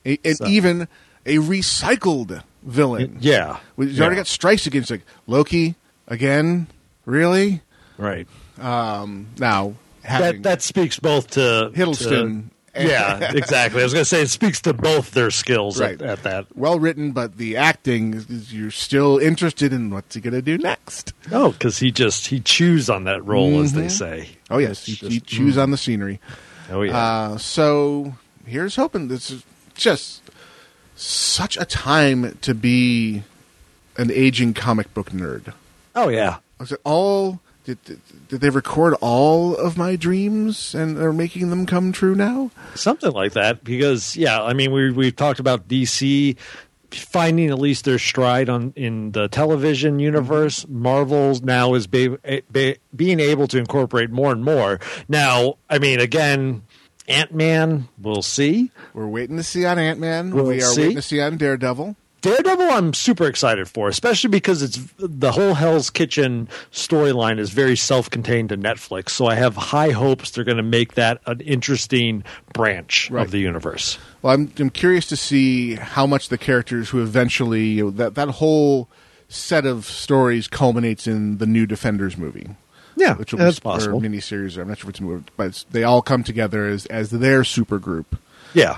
B: A, and
C: So-
B: even a recycled villain.
C: Yeah.
B: we you already
C: Yeah.
B: got strikes against like Loki again. Really?
C: Right.
B: Now having
C: that that speaks both to
B: Hiddleston
C: to- yeah, exactly. I was going to say it speaks to both their skills
B: right.
C: at, at that.
B: Well written, but the acting is- is you're still interested in what's he going to do next.
C: Oh, because he just he chews on that role, as they say.
B: Oh yes, you, you choose on the scenery.
C: Oh yeah,
B: Uh, so here's hoping this is just such a time to be an aging comic book nerd.
C: oh yeah.
B: I said, all did, did, did they record all of my dreams and are making them come true now?
C: something like that because yeah i mean we we've talked about dc finding at least their stride on in the television universe
B: Mm-hmm.
C: marvel now is be, be, being able to incorporate more and more now i mean again ant-man we'll see
B: We're waiting to see on Ant Man.
C: We'll
B: we are
C: see.
B: waiting to see on Daredevil.
C: Daredevil, I'm super excited for, especially because it's the whole Hell's Kitchen storyline is very self-contained to Netflix. So I have high hopes they're going to make that an interesting branch
B: Right.
C: of the universe.
B: Well, I'm I'm curious to see how much the characters who eventually you know, that that whole set of stories culminates in the new Defenders movie.
C: Yeah,
B: which will
C: that's
B: be or
C: possible.
B: miniseries. I'm not sure if it's a movie, but it's, they all come together as as their supergroup.
C: Yeah.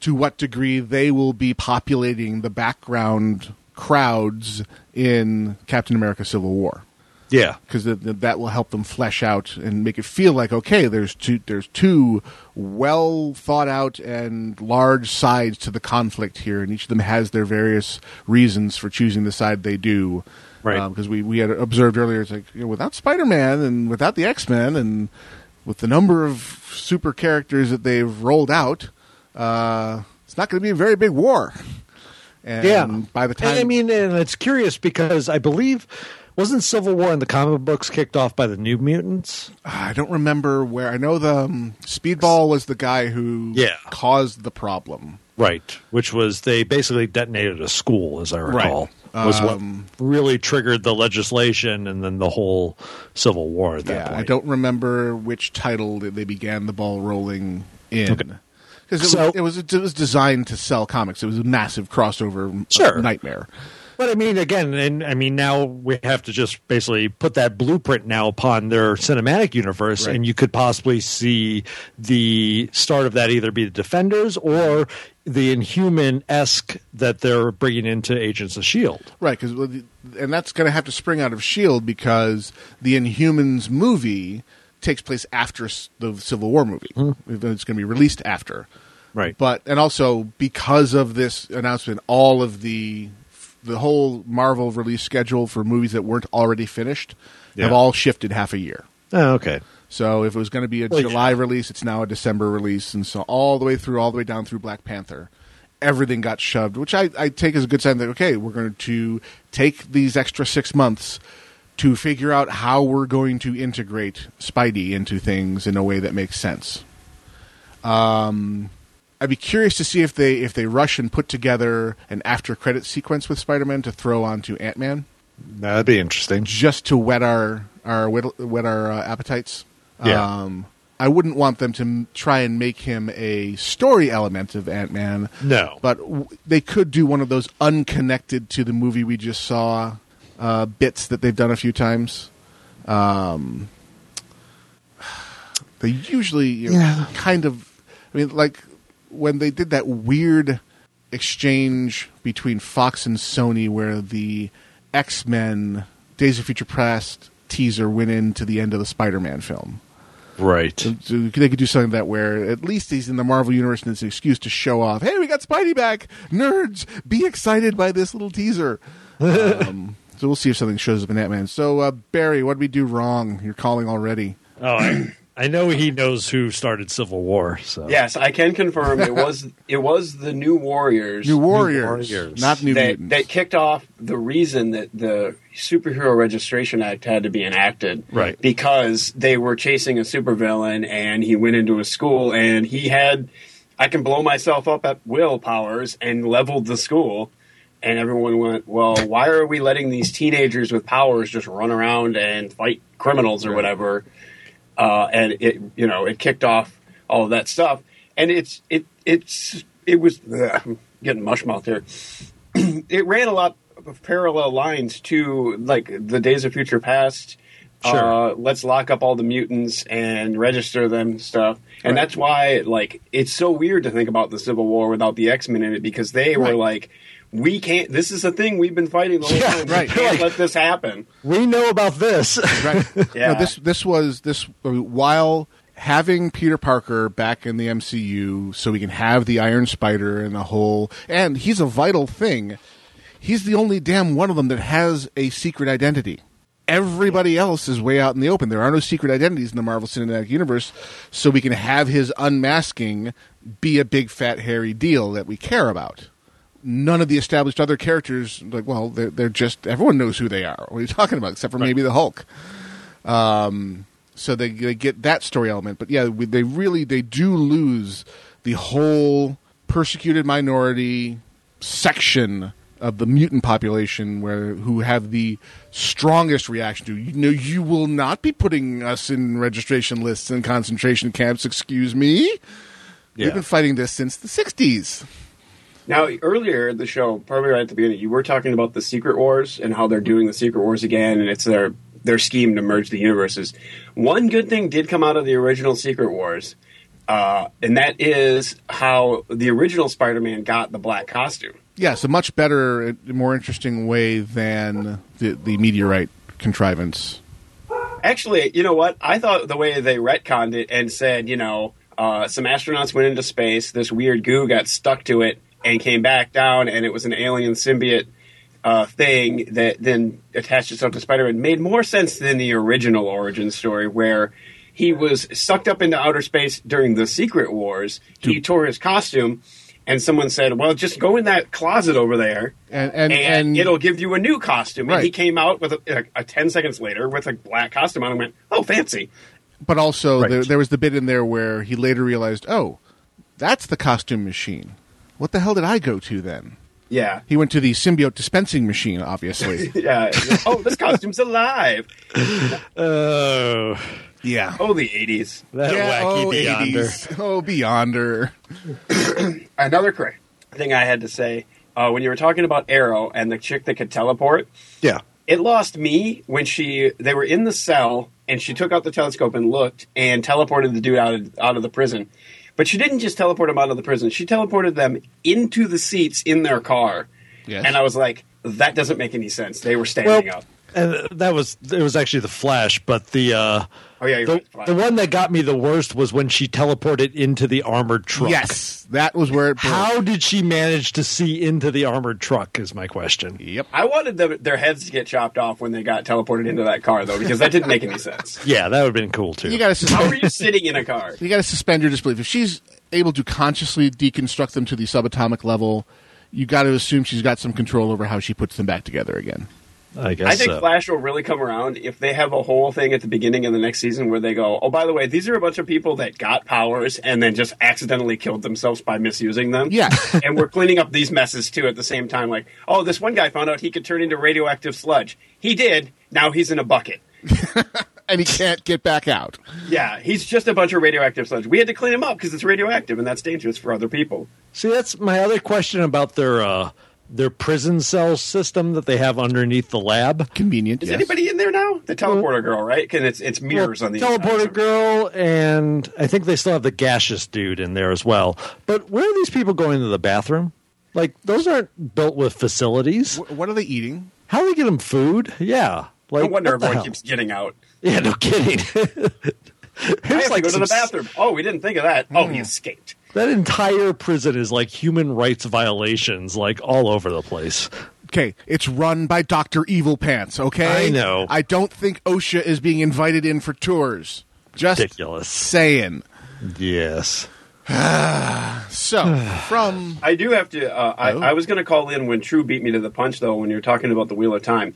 B: to what degree they will be populating the background crowds in Captain America Civil War.
C: Yeah.
B: Because th- th- that will help them flesh out and make it feel like okay, there's two there's two well thought out and large sides to the conflict here, and each of them has their various reasons for choosing the side they do.
C: Right.
B: Because we we had observed earlier, it's like you know, without Spider Man and without the X Men and with the number of super characters that they've rolled out, uh, it's not going to be a very big war. And
C: yeah.
B: By the time
C: And I mean, and it's curious because I believe wasn't Civil War in the comic books kicked off by the New Mutants?
B: I don't remember where. I know the um, Speedball was the guy who
C: Yeah.
B: caused the problem.
C: Right, which was they basically detonated a school, as I recall, was
B: Um,
C: what really triggered the legislation and then the whole Civil War. At that
B: yeah,
C: point.
B: I don't remember which title that they began the ball rolling in. Because
C: So-
B: it, was, it was it was designed to sell comics. It was a massive crossover uh,
C: Sure.
B: nightmare.
C: But I mean, again, and I mean, now we have to just basically put that blueprint now upon their cinematic universe,
B: Right.
C: and you could possibly see the start of that either be the Defenders or the Inhuman esque that they're bringing into Agents of Shield.
B: Right, cause, well, the- and that's going to have to spring out of S.H.I.E.L.D. E because the Inhumans movie takes place after s- the Civil War movie.
C: Mm-hmm.
B: It's going to be released after.
C: Right.
B: But, and also because of this announcement, all of the, the whole Marvel release schedule for movies that weren't already finished have
C: Yeah.
B: all shifted half a year.
C: Oh, okay.
B: So if it was going to be a
C: Well, yeah.
B: July release, it's now a December release, and so all the way through, all the way down through Black Panther, everything got shoved, which I, I take as a good sign that okay, we're going to take these extra six months to figure out how we're going to integrate Spidey into things in a way that makes sense. Um, I'd be curious to see if they if they rush and put together an after credit sequence with Spider-Man to throw onto Ant-Man
C: That'd be interesting.
B: just to whet our our whet, whet our uh, appetites.
C: Yeah.
B: Um, I wouldn't want them to m- try and make him a story element of Ant Man.
C: No.
B: but w- they could do one of those unconnected to the movie we just saw uh, bits that they've done a few times. Um, they usually you know, kind of. I mean, like when they did that weird exchange between Fox and Sony, where the X Men Days of Future Past teaser went into the end of the Spider Man film.
C: Right.
B: So they could do something that where at least he's in the Marvel universe and it's an excuse to show off. Hey, we got Spidey back, nerds! Be excited by this little teaser. um, so we'll see if something shows up in Ant Man. So uh, Barry, what did we do wrong? You're calling already.
C: Oh, I, I know he knows who started Civil War. So
J: Yes, I can confirm it was it was the New Warriors.
B: New Warriors,
C: Warriors.
B: not New
J: that,
B: Mutants.
J: that kicked off the reason that the Superhero Registration Act had to be enacted.
C: Right.
J: Because they were chasing a supervillain and he went into a school and he had, I can blow myself up at will powers and leveled the school. And everyone went, well, why are we letting these teenagers with powers just run around and fight criminals or whatever? uh, and it you know it kicked off all of that stuff and it's it it's it was ugh, I'm getting mush mouth here it ran a lot of parallel lines to like the days of future past
C: Sure.
J: uh, let's lock up all the mutants and register them stuff and that's why like it's so weird to think about the civil war without the x-men in it because they were like we can't this is a thing we've been fighting the whole
C: Yeah,
J: time we
B: right.
J: can't let this happen
C: we know about this.
B: right?
J: Yeah.
B: No, this this was this I mean, while having Peter Parker back in the MCU, so we can have the Iron Spider and the whole, and he's a vital thing. He's the only damn one of them that has a secret identity. Everybody else is way out in the open. There are no secret identities in the Marvel Cinematic Universe, so we can have his unmasking be a big fat hairy deal that we care about none of the established other characters like well they're, they're just everyone knows who they are what are you talking about except for maybe the hulk um, so they, they get that story element but yeah we, they really they do lose the whole persecuted minority section of the mutant population where who have the strongest reaction to you know you will not be putting us in registration lists and concentration camps excuse me we've been fighting this since the 60s
J: Now, earlier in the show, probably right at the beginning, you were talking about the Secret Wars and how they're doing the Secret Wars again, and it's their their scheme to merge the universes. One good thing did come out of the original Secret Wars. Uh, and that is how the original Spider-Man got the black costume.
B: Yes, a much better, more interesting way than the, the meteorite contrivance.
J: Actually, you know what? I thought the way they retconned it and said, you know, uh, some astronauts went into space, this weird goo got stuck to it, and came back down, and it was an alien symbiote uh, thing that then attached itself to Spider Man made more sense than the original origin story, where he was sucked up into outer space during the Secret Wars. He tore his costume, and someone said, Well, just go in that closet over there,
B: and and,
J: and,
B: and,
J: it'll give you a new costume.
B: Right.
J: And he came out with a, a, a 10 seconds later with a black costume on and went, Oh, fancy.
B: but also there, there was the bit in there where he later realized, oh, that's the costume machine. What the hell did I go to then?
J: Yeah.
B: He went to the symbiote dispensing machine, obviously.
J: yeah. Oh, this costume's alive.
C: Oh.
B: Yeah.
J: Oh, the 80s.
C: That
B: Yeah,
C: wacky
B: oh,
C: Beyonder.
B: 80s. Oh, Beyonder.
J: Another cra- thing I had to say uh, when you were talking about Arrow and the chick that could teleport,
C: Yeah.
J: it lost me when she they were in the cell and she took out the telescope and looked and teleported the dude out of, out of the prison. But she didn't just teleport him out of the prison; she teleported them into the seats in their car.
B: Yes.
J: And I was like, that doesn't make any sense. They were standing up.
C: And that was it was actually the Flash, but the uh,
J: Oh yeah, you're
C: the,
J: right.
C: the one that got me the worst was when she teleported into the armored truck.
B: Yes, that was where it.
C: How did she manage to see into the armored truck? Is my question.
B: Yep.
J: I wanted them, their heads to get chopped off when they got teleported into that car, though, because that didn't make any sense.
C: Yeah, that would have been cool too.
B: You got to
J: How
B: suspend.
J: were you sitting in a car?
B: you got to suspend your disbelief. If she's able to consciously deconstruct them to the subatomic level, you got to assume she's got some control over how she puts them back together again.
C: I guess.
J: I think
C: so.
J: Flash will really come around if they have a whole thing at the beginning of the next season where they go, oh, by the way, these are a bunch of people that got powers and then just accidentally killed themselves by misusing them.
B: Yeah.
J: and we're cleaning up these messes too at the same time. Like, oh, this one guy found out he could turn into radioactive sludge. He did. Now he's in a bucket.
B: and he can't get back out.
J: Yeah, he's just a bunch of radioactive sludge. We had to clean him up because it's radioactive and that's dangerous for other people.
C: See, that's my other question about their uh, their prison cell system that they have underneath the lab.
B: Convenient.
J: Is
B: yes.
J: anybody in there now? The teleporter girl, right? Because it's it's mirrors on the
C: teleporter
J: inside.
C: girl, and I think they still have the gaseous dude in there as well. But where are these people going to the bathroom? Like those aren't built with facilities.
B: Wh- What are they eating?
C: How do they get them food? Yeah, like
J: No wonder
C: what the
J: everyone
C: hell?
J: keeps getting out.
C: Yeah, no kidding.
J: I have
C: There's
J: to go to
C: some
J: the
C: s-
J: bathroom. Oh, we didn't think of that. Oh,
B: Hmm.
J: he escaped.
C: That entire prison is like human rights violations, like all over the place.
B: Okay, it's run by Doctor Evil Pants. Okay,
C: I know.
B: I don't think OSHA is being invited in for tours. Just
C: Ridiculous.
B: saying.
C: Yes.
B: So from
J: I do have to. Uh, I,
B: Oh.
J: I was going to call in when True beat me to the punch, though. When you're talking about the Wheel of Time,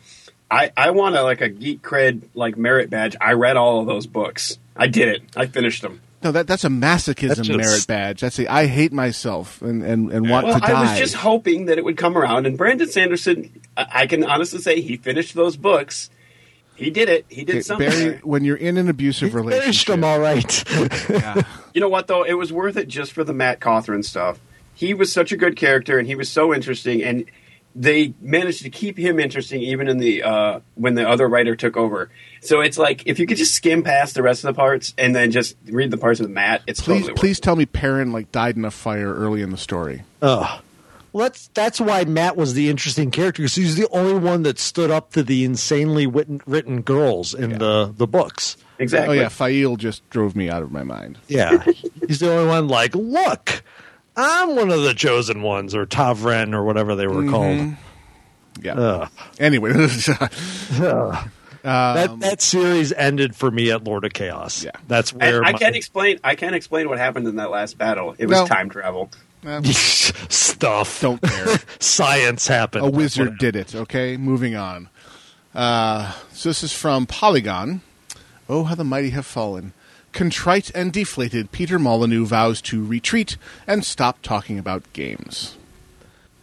J: I, I want a, like a geek cred like merit badge. I read all of those books. I did it. I finished them.
B: no, that that's a masochism
C: That's just-
B: merit badge. That's the I hate myself and and, and want to
J: Well,
B: die.
J: I was just hoping that it would come around. And Brandon Sanderson, I, I can honestly say he finished those books. He did it. He did
B: Okay,
J: something.
B: Barry, when you're in an abusive
C: Finished them
B: relationship,
C: all right.
J: You know what though? It was worth it just for the Matt Cawthron stuff. He was such a good character, and he was so interesting, and they managed to keep him interesting even in the uh, when the other writer took over. So it's like if you could just skim past the rest of the parts and then just read the parts with Matt, it's
B: please
J: totally worth
B: please
J: it.
B: tell me Perrin like died in a fire early in the story.
C: Well, that's that's why Matt was the interesting character because he's the only one that stood up to the insanely written, written girls in the the books.
B: Oh
J: exactly.
B: yeah, Fail just drove me out of my mind.
C: Yeah, he's the only one like, look, I'm one of the chosen ones, or Tavren, or whatever they were
B: Mm-hmm.
C: called.
B: Yeah.
C: Ugh.
B: Anyway,
C: that that series ended for me at Lord of Chaos.
B: Um, Yeah.
C: that's
J: And
C: where
J: I
C: my-
J: can't explain. I can't explain what happened in that last battle. It was
B: No.
J: time travel.
C: stuff
B: don't care.
C: science happened.
B: a wizard did it. Okay, moving on. Uh, so this is from Polygon. Oh, how the mighty have fallen. Contrite and deflated, Peter Molyneux vows to retreat and stop talking about games.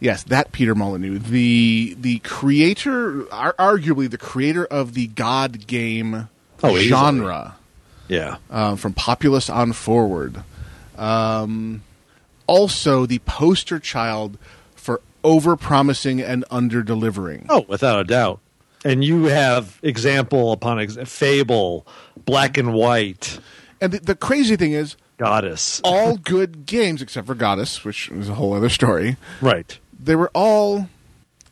B: Yes, that Peter Molyneux, the the creator, ar- arguably the creator of the god game
C: Oh, easily.
B: genre
C: Yeah,
B: um, from Populous on forward. Um, also, the poster child for overpromising and underdelivering.
C: Oh, without a doubt. And you have example upon ex- fable, black and white.
B: And the, the crazy thing is,
C: Goddess.
J: Oh.
B: all good games except for Goddess, which is a whole other story.
C: Right.
B: They were all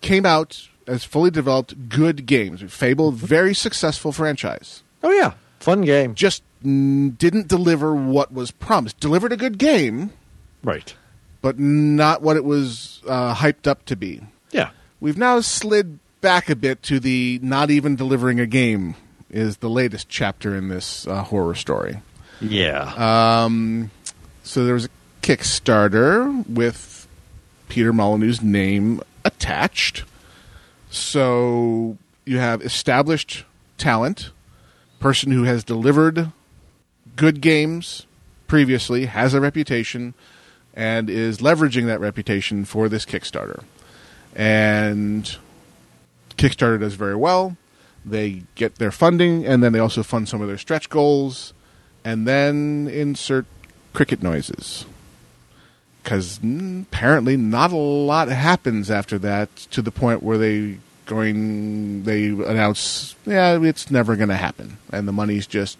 B: came out as fully developed good games. Fable, very successful franchise.
C: Oh yeah, fun game.
B: Just mm, didn't deliver what was promised. Delivered a good game,
C: Right.
B: but not what it was uh, hyped up to be.
C: Yeah.
B: We've now slid back a bit to the not even delivering a game is the latest chapter in this uh, horror story.
C: Yeah.
B: Uh, So there was a Kickstarter with Peter Molyneux's name attached. So you have established talent, person who has delivered good games previously, has a reputation, and is leveraging that reputation for this Kickstarter. And Kickstarter does very well. They get their funding, and then they also fund some of their stretch goals, and then insert cricket noises. Because apparently, not a lot happens after that. To the point where they going, they announce, "Yeah, it's never going to happen," and the money's just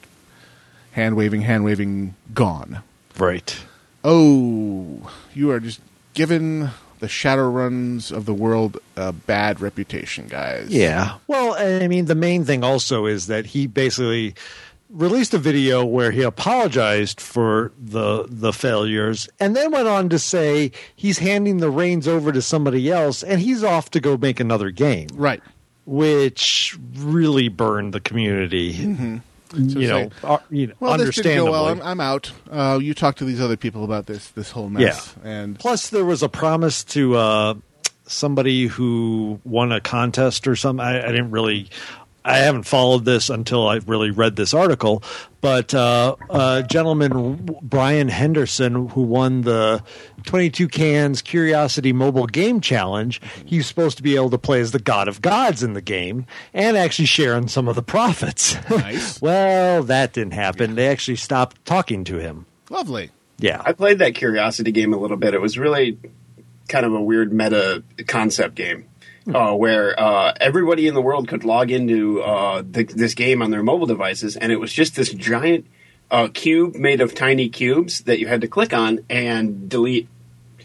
B: hand waving, hand waving, gone.
C: right.
B: Oh, you are just giving the Shadowruns of the world a bad reputation, guys.
C: Yeah. Well, I mean, the main thing also is that he basically released a video where he apologized for the the failures and then went on to say he's handing the reins over to somebody else and he's off to go make another game
B: Right.
C: which really burned the community
B: Mm-hmm. So
C: you,
B: it's
C: know,
B: like,
C: uh, you know
B: well, this didn't go
C: understandably
B: well. I'm, I'm out. Uh, you talk to these other people about this this whole mess. And
C: Plus, there was a promise to uh, somebody who won a contest or something. I, I didn't really. I haven't followed this until I really read this article, but uh, uh, gentleman Brian Henderson, who won the 22 Cans Curiosity Mobile Game Challenge, he's supposed to be able to play as the god of gods in the game and actually share in some of the profits.
B: Nice.
C: well, that didn't happen. They actually stopped talking to him.
B: lovely.
C: Yeah.
J: I played that curiosity game a little bit. It was really kind of a weird meta concept game uh, where uh, everybody in the world could log into uh, th- this game on their mobile devices, and it was just this giant uh, cube made of tiny cubes that you had to click on and delete.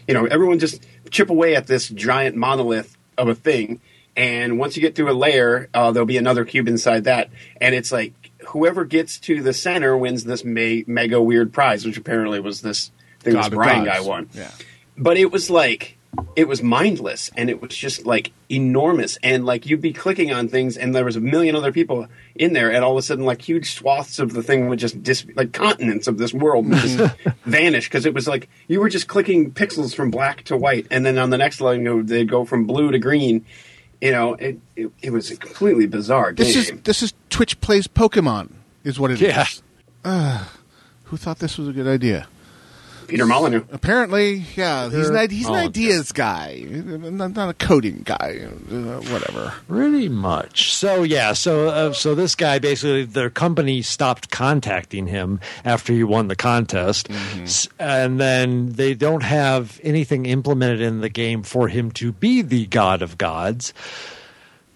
J: You know, everyone just chip away at this giant monolith of a thing, and once you get through a layer, uh, there'll be another cube inside that, and it's like whoever gets to the center wins this me- mega weird prize, which apparently was this thing this
B: God of
J: Brian
B: gods.
J: guy won
B: Yeah.
J: but it was like it was mindless and it was just like enormous and like you'd be clicking on things and there was a million other people in there and all of a sudden like huge swaths of the thing would just dis- like continents of this world would just vanish because it was like you were just clicking pixels from black to white and then on the next line you know, they'd go from blue to green you know it it, it was a completely bizarre
B: This is
J: game
B: this is Twitch plays Pokemon is what it is.
C: Yeah.
B: Ugh, who thought this was a good idea?
J: peter molyneux
B: Apparently, yeah, he's an, id- he's an
C: Oh,
B: ideas guy, not, not a coding guy, uh, whatever.
C: Pretty much. So yeah. So uh, so this guy basically their company stopped contacting him after he won the contest, S- and then they don't have anything implemented in the game for him to be the god of gods.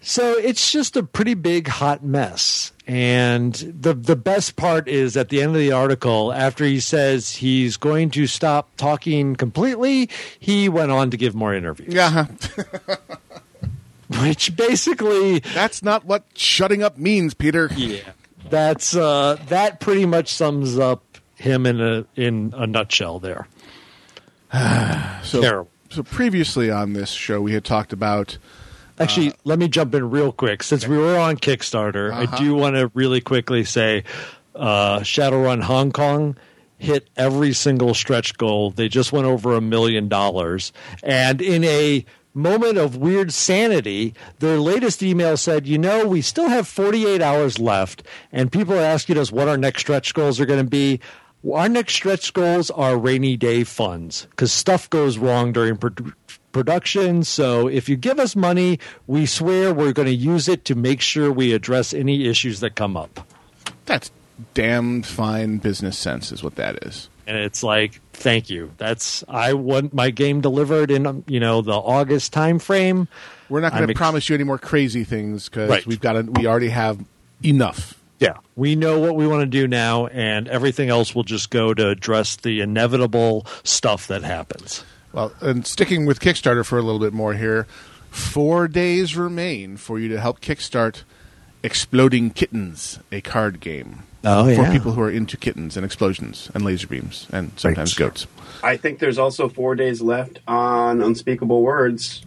C: So it's just a pretty big hot mess. And the the best part is at the end of the article, after he says he's going to stop talking completely, he went on to give more interviews,
B: Yeah, huh.
C: which basically
B: that's not what shutting up means, Peter.
C: Yeah, that's uh, that pretty much sums up him in a in a nutshell. There,
B: So,
C: Terrible.
B: So previously on this show, we had talked about
C: actually, let me jump in real quick since we were on Kickstarter. I do want to really quickly say, uh, Shadowrun Hong Kong hit every single stretch goal. They just went over a million dollars, and in a moment of weird sanity their latest email said you know we still have 48 hours left and people are asking us what our next stretch goals are going to be Our next stretch goals are rainy day funds because stuff goes wrong during produ- production. So if you give us money, we swear we're going to use it to make sure we address any issues that come up.
B: that's damned fine business sense, is what that is.
C: And it's like, thank you. That's I want my game delivered in um, you know the August time frame.
B: We're not going
C: I'm
B: to
C: ex-
B: promise you any more crazy things because
C: Right.
B: we've got we already have enough.
C: Yeah, we know what we want to do now, and everything else will just go to address the inevitable stuff that happens.
B: Well, and sticking with Kickstarter for a little bit more here, four days remain for you to help kickstart Exploding Kittens, a card game.
C: Oh,
B: For
C: yeah.
B: people who are into kittens and explosions and laser beams and sometimes goats.
J: I think there's also four days left on Unspeakable Words.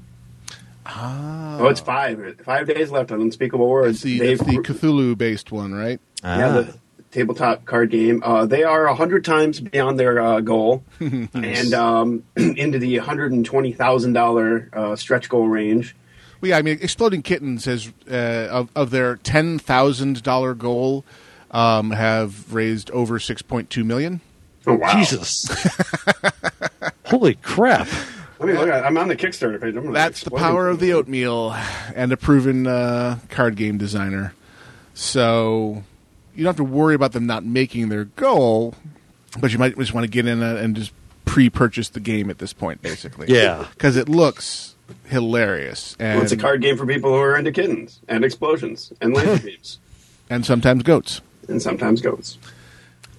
J: Oh, it's five. Five days left on Unspeakable Words.
B: The,
J: They've
B: Ah. that's the ah. Cthulhu based one, right?
J: yeah, the tabletop card game. Uh, they are hundred times beyond their uh, goal, and um, into the hundred and twenty thousand thousand dollar uh, stretch goal range.
B: Well, yeah, I mean, Exploding Kittens has uh, of of their ten thousand dollar goal um, have raised over six point two million.
J: Oh wow!
C: Jesus, holy crap!
J: Let me look. at- I'm on the Kickstarter page. I'm gonna
B: That's the
J: explode.
B: power of the oatmeal and a proven uh, card game designer. So you don't have to worry about them not making their goal, but you might just want to get in uh and just pre-purchase the game at this point, basically.
C: Yeah.
B: because it looks hilarious and
J: Well, it's a card game for people who are into kittens and explosions and laser beams
B: and sometimes goats.
J: and sometimes goats.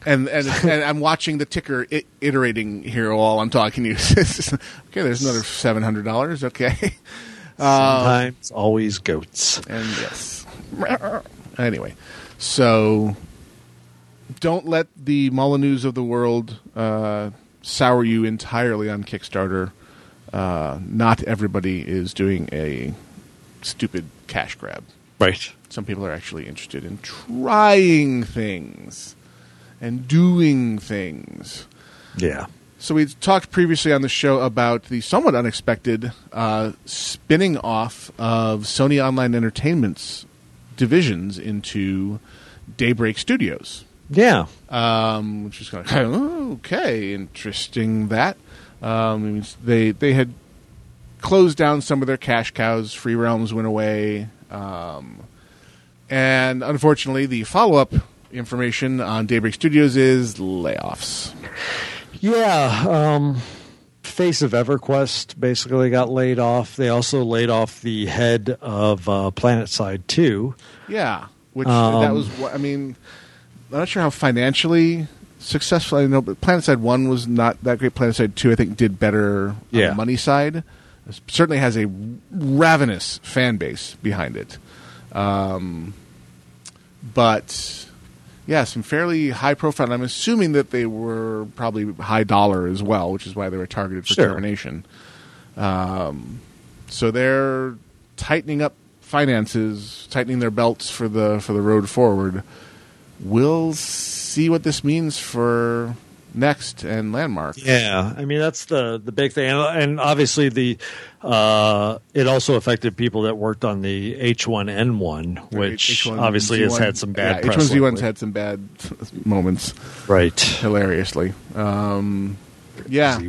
B: and and, and I'm watching the ticker I- iterating here while I'm talking to you. okay, there's another seven hundred dollars. Okay,
C: Uh, Sometimes, always goats.
B: and yes. Anyway, so don't let the Molyneux of the world uh, sour you entirely on Kickstarter. Uh, not everybody is doing a stupid cash grab.
C: Right.
B: Some people are actually interested in trying things and doing things.
C: Yeah.
B: So we talked previously on the show about the somewhat unexpected uh, spinning off of Sony Online Entertainment's divisions into Daybreak Studios,
C: Yeah.
B: um, which is kind of okay, interesting. That um, it means they they had closed down some of their cash cows. Free Realms went away, um, and unfortunately, the follow up information on Daybreak Studios is layoffs.
C: Yeah. Um, face of EverQuest basically got laid off. They also laid off the head of uh, PlanetSide 2.
B: Yeah, which
C: Um,
B: that was. wha- I mean, I'm not sure how financially successful. I know, but PlanetSide One was not that great. PlanetSide Two, I think, did better on
C: Yeah.
B: the money side. It certainly has a ravenous fan base behind it. Um, but yeah, some fairly high profile. I'm assuming that they were probably high dollar as well, which is why they were targeted for
C: Sure.
B: termination. So they're tightening up finances, tightening their belts for the for the road forward. We'll see what this means for next and landmark.
C: Yeah, I mean that's the the big thing, and, and obviously the uh, it also affected people that worked on the H one N one, which
B: H1Z1
C: obviously has had some bad.
B: Yeah,
C: press
B: H1Z1's
C: lately.
B: had some bad moments,
C: right.
B: hilariously. Um, yeah,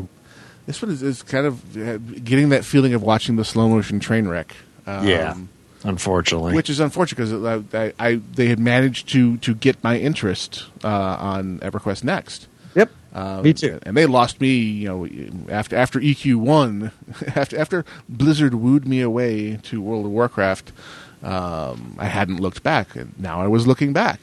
B: this one is, is kind of uh, getting that feeling of watching the slow motion train wreck. Um,
C: yeah, unfortunately,
B: which is unfortunate because I, I, I they had managed to to get my interest uh, on EverQuest next.
C: yep,
B: Uh,
C: me too.
B: And they lost me, you know, after after EQ one, after after Blizzard wooed me away to World of Warcraft. Um, I hadn't looked back, and now I was looking back.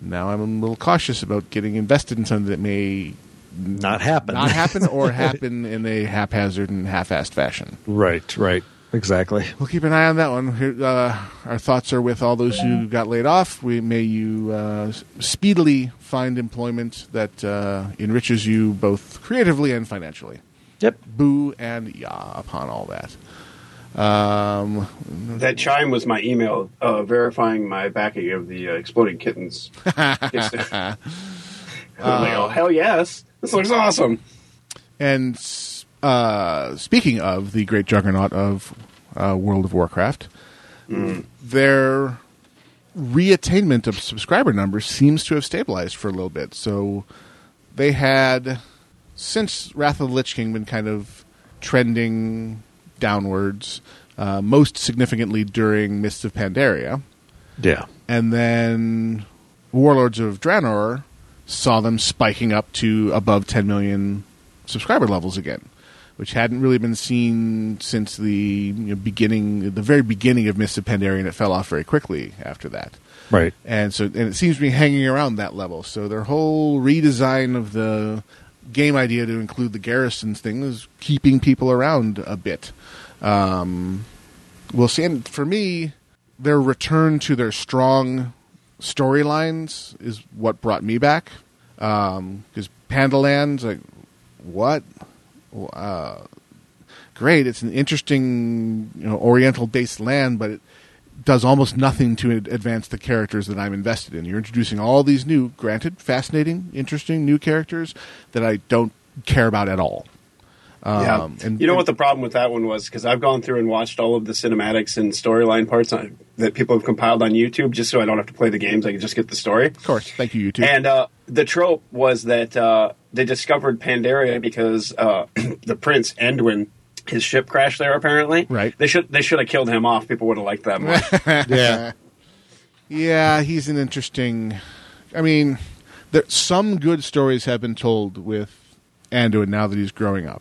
B: Now I'm a little cautious about getting invested in something that may
C: Not happen.
B: not happen or happen in a haphazard and half-assed fashion.
C: right, right, exactly.
B: We'll keep an eye on that one. Here, uh, our thoughts are with all those who got laid off. We may you uh, s- speedily find employment that uh, enriches you both creatively and financially.
C: Yep.
B: Boo and yah upon all that. Um,
J: That chime was my email uh, verifying my backing of the uh, Exploding Kittens. Kickstarter. I'm like, oh, hell yes. This looks awesome.
B: and s- uh, speaking of the great juggernaut of uh, World of Warcraft, their reattainment of subscriber numbers seems to have stabilized for a little bit. So they had, since Wrath of the Lich King, been kind of trending downwards, uh, most significantly during Mists of Pandaria
C: Yeah,
B: and then Warlords of Draenor saw them spiking up to above 10 million subscriber levels again, which hadn't really been seen since the you know, beginning, the very beginning of Mists of Pandaria, and it fell off very quickly after that.
C: Right.
B: And so, and it seems to be hanging around that level. So their whole redesign of the game idea to include the garrisons thing is keeping people around a bit. Um, we'll see. And for me, their return to their strong storylines is what brought me back. Because Pandaland's like, what? Well, Uh, great. It's an interesting you know, Oriental-based land, but it does almost nothing to ad- advance the characters that I'm invested in. You're introducing all these new, granted, fascinating, interesting new characters that I don't care about at all. Um,
J: yeah.
B: and-
J: you know what the problem with that one was? Because I've gone through and watched all of the cinematics and storyline parts on, that people have compiled on YouTube just so I don't have to play the games. I can just get the story.
B: Of course. Thank you, YouTube.
J: And uh, the trope was that uh, they discovered Pandaria because uh, the prince Anduin, his ship crashed there. Apparently,
B: Right.
J: They should they should have killed him off. People would have liked that much.
B: uh,
C: Yeah.
B: Yeah, he's an interesting. I mean, there, some good stories have been told with Anduin now that he's growing up.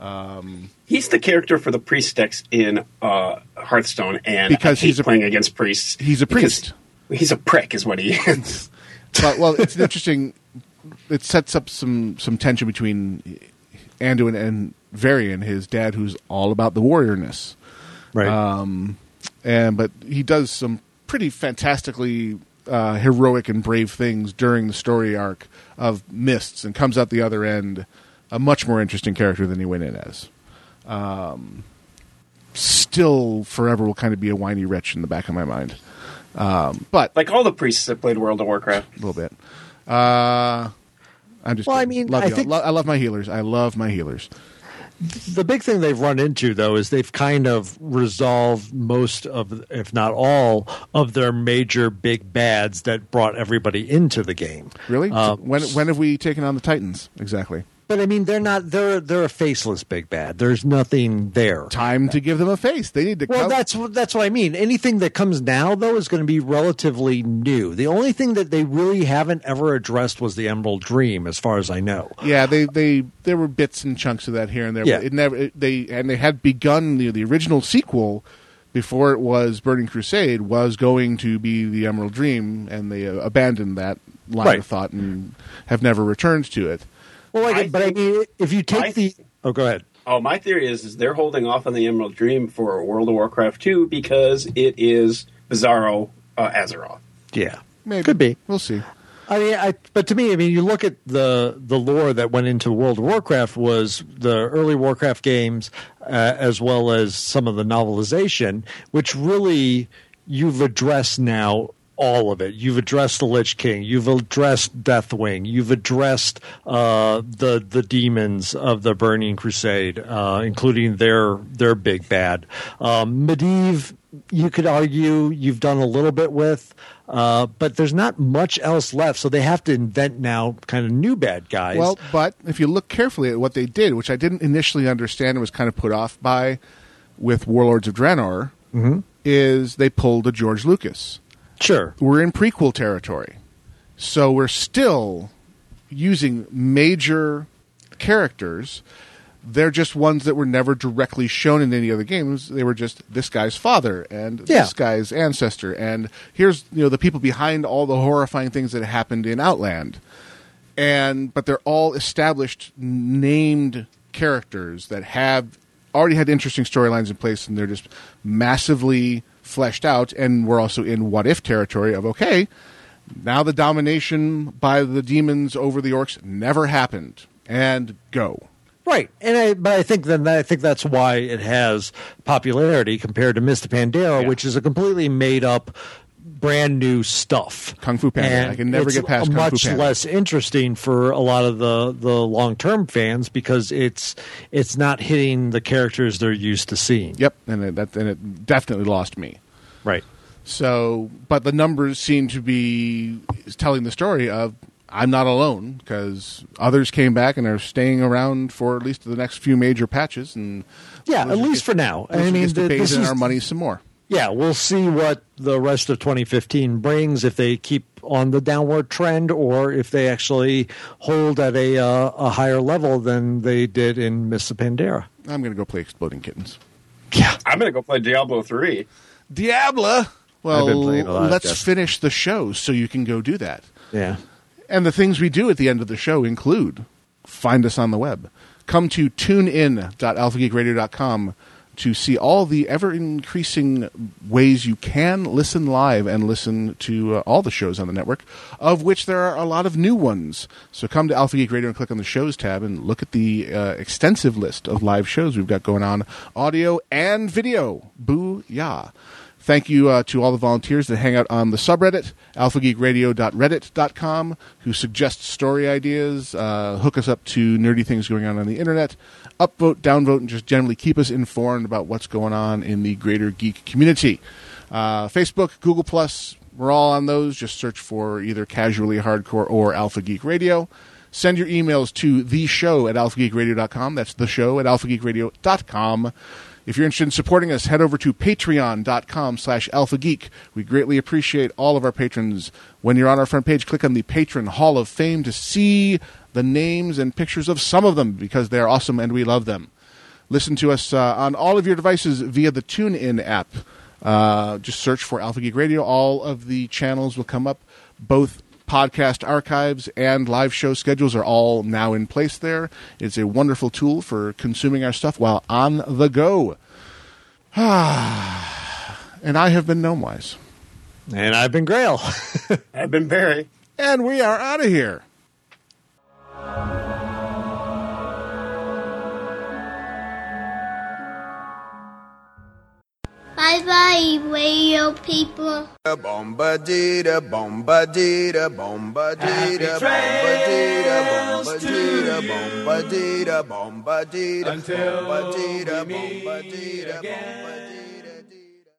B: Um,
J: He's the character for the priestess in uh, Hearthstone, and
B: Because
J: I hate
B: he's a-
J: playing against priests.
B: He's a
J: Because
B: priest.
J: He's a prick, is what he is.
B: but well, it's an interesting. It sets up some some tension between Anduin and Varian, his dad, who's all about the warriorness.
C: Right.
B: Um, and but he does some pretty fantastically uh, heroic and brave things during the story arc of Mists, and comes out the other end a much more interesting character than he went in as. Um, still, forever will kind of be a whiny wretch in the back of my mind. Um, but
J: like all the priests that played World of Warcraft.
B: a little bit. Uh, I'm just.
C: Well, I
B: kidding.
C: mean,
B: love
C: I
B: y'all.
C: think-
B: Lo- I love my healers. I love my healers.
C: the big thing they've run into though is they've kind of resolved most of if not all of their major big bads that brought everybody into the game
B: Really?
C: Um,
B: when when have we taken on the Titans exactly?
C: but i mean they're not they're they're a faceless big bad there's nothing there
B: Time to give them a face. They need to.
C: well
B: come-
C: that's what that's what i mean anything that comes now though is going to be relatively new the only thing that they really haven't ever addressed was the emerald dream as far as i know
B: Yeah, they, they there were bits and chunks of that here and there.
C: Yeah.
B: But it never it, they and they had begun the the original sequel before it was Burning Crusade was going to be the Emerald Dream, and they uh, abandoned that line
C: Right.
B: of thought and have never returned to it.
C: well like,
J: I
C: but i mean if you take
J: I-
C: the oh go ahead
J: Oh, my theory is, is they're holding off on the Emerald Dream for World of Warcraft 2 because it is Bizarro uh, Azeroth.
C: yeah
B: Maybe
C: could be
B: We'll see.
C: I mean, I, but to me, I mean, you look at the the lore that went into World of Warcraft was the early Warcraft games, uh, as well as some of the novelization, which really you've addressed now all of it. You've addressed the Lich King, you've addressed Deathwing, you've addressed uh, the the demons of the Burning Crusade, uh, including their their big bad, um, Medivh. You could argue you've done a little bit with. Uh, but there's not much else left, so they have to invent now kind of new bad guys.
B: Well, but if you look carefully at what they did, which I didn't initially understand and was kind of put off by with Warlords of Draenor,
C: Mm-hmm.
B: is they pulled a George Lucas.
C: sure.
B: We're in prequel territory. So we're still using major characters. They're just ones that were never directly shown in any other games. They were just this guy's father and
C: Yeah.
B: this guy's ancestor and here's you know the people behind all the horrifying things that happened in Outland and but they're all established named characters that have already had interesting storylines in place and they're just massively fleshed out and we're also in what if territory of okay now the domination by the demons over the orcs never happened and go
C: Right, and I, but I think then that, I think that's why it has popularity compared to Mr. Pandera, which is a completely made up, brand new stuff.
B: Kung Fu Panda.
C: And
B: I can never
C: it's
B: get past Kung Fu
C: much
B: Panda.
C: less interesting for a lot of the the long term fans because it's it's not hitting the characters they're used to seeing.
B: yep and it, that and it definitely lost me
C: Right.
B: So, but the numbers seem to be telling the story of I'm not alone because others came back and are staying around for at least the next few major patches. And
C: Yeah, at
B: Blizzard
C: least
B: gets-
C: for now. I
B: Blizzard
C: mean,
B: gets to
C: the-
B: bathe
C: this
B: in
C: is-
B: our money some more.
C: yeah, we'll see what the rest of 2015 brings if they keep on the downward trend or if they actually hold at a uh, a higher level than they did in Miss Pandera.
B: I'm going to go play Exploding Kittens.
J: I'm gonna go play Diablo three.
B: Diablo. Well,
C: been playing a lot of
B: let's
C: Destiny.
B: finish the show so you can go do that.
C: Yeah.
B: And the things we do at the end of the show include find us on the web. Come to tunein.alphageekradio.com to see all the ever increasing ways you can listen live and listen to uh, all the shows on the network, of which there are a lot of new ones. So come to Alpha Geek Radio and click on the shows tab and look at the uh, extensive list of live shows we've got going on audio and video. Boo ya! Thank you uh, to all the volunteers that hang out on the subreddit, alphageekradio.reddit.com, who suggest story ideas, uh, hook us up to nerdy things going on on the internet, upvote, downvote, and just generally keep us informed about what's going on in the greater geek community. Uh, Facebook, Google, Plus, we're all on those. Just search for either Casually Hardcore or Alpha Geek Radio. Send your emails to the show at alphageekradio.com. That's the show at alphageekradio.com. If you're interested in supporting us, head over to patreon.com slash alphageek. We greatly appreciate all of our patrons. When you're on our front page, click on the Patron Hall of Fame to see the names and pictures of some of them because they're awesome and we love them. Listen to us uh, on all of your devices via the TuneIn app. Uh, just search for Alpha Geek Radio. All of the channels will come up. Both podcast archives and live show schedules are all now in place there. It's a wonderful tool for consuming our stuff while on the go. and I have been Gnomewise.
C: And I've been Grail.
J: I've been Barry.
B: And we are out of here.
K: Bye bye, radio people.
L: Bombadita, bombadita, bombadita, bombadita, bombadita, bombadita, bombadita, bombadita, bombadita, bombadita.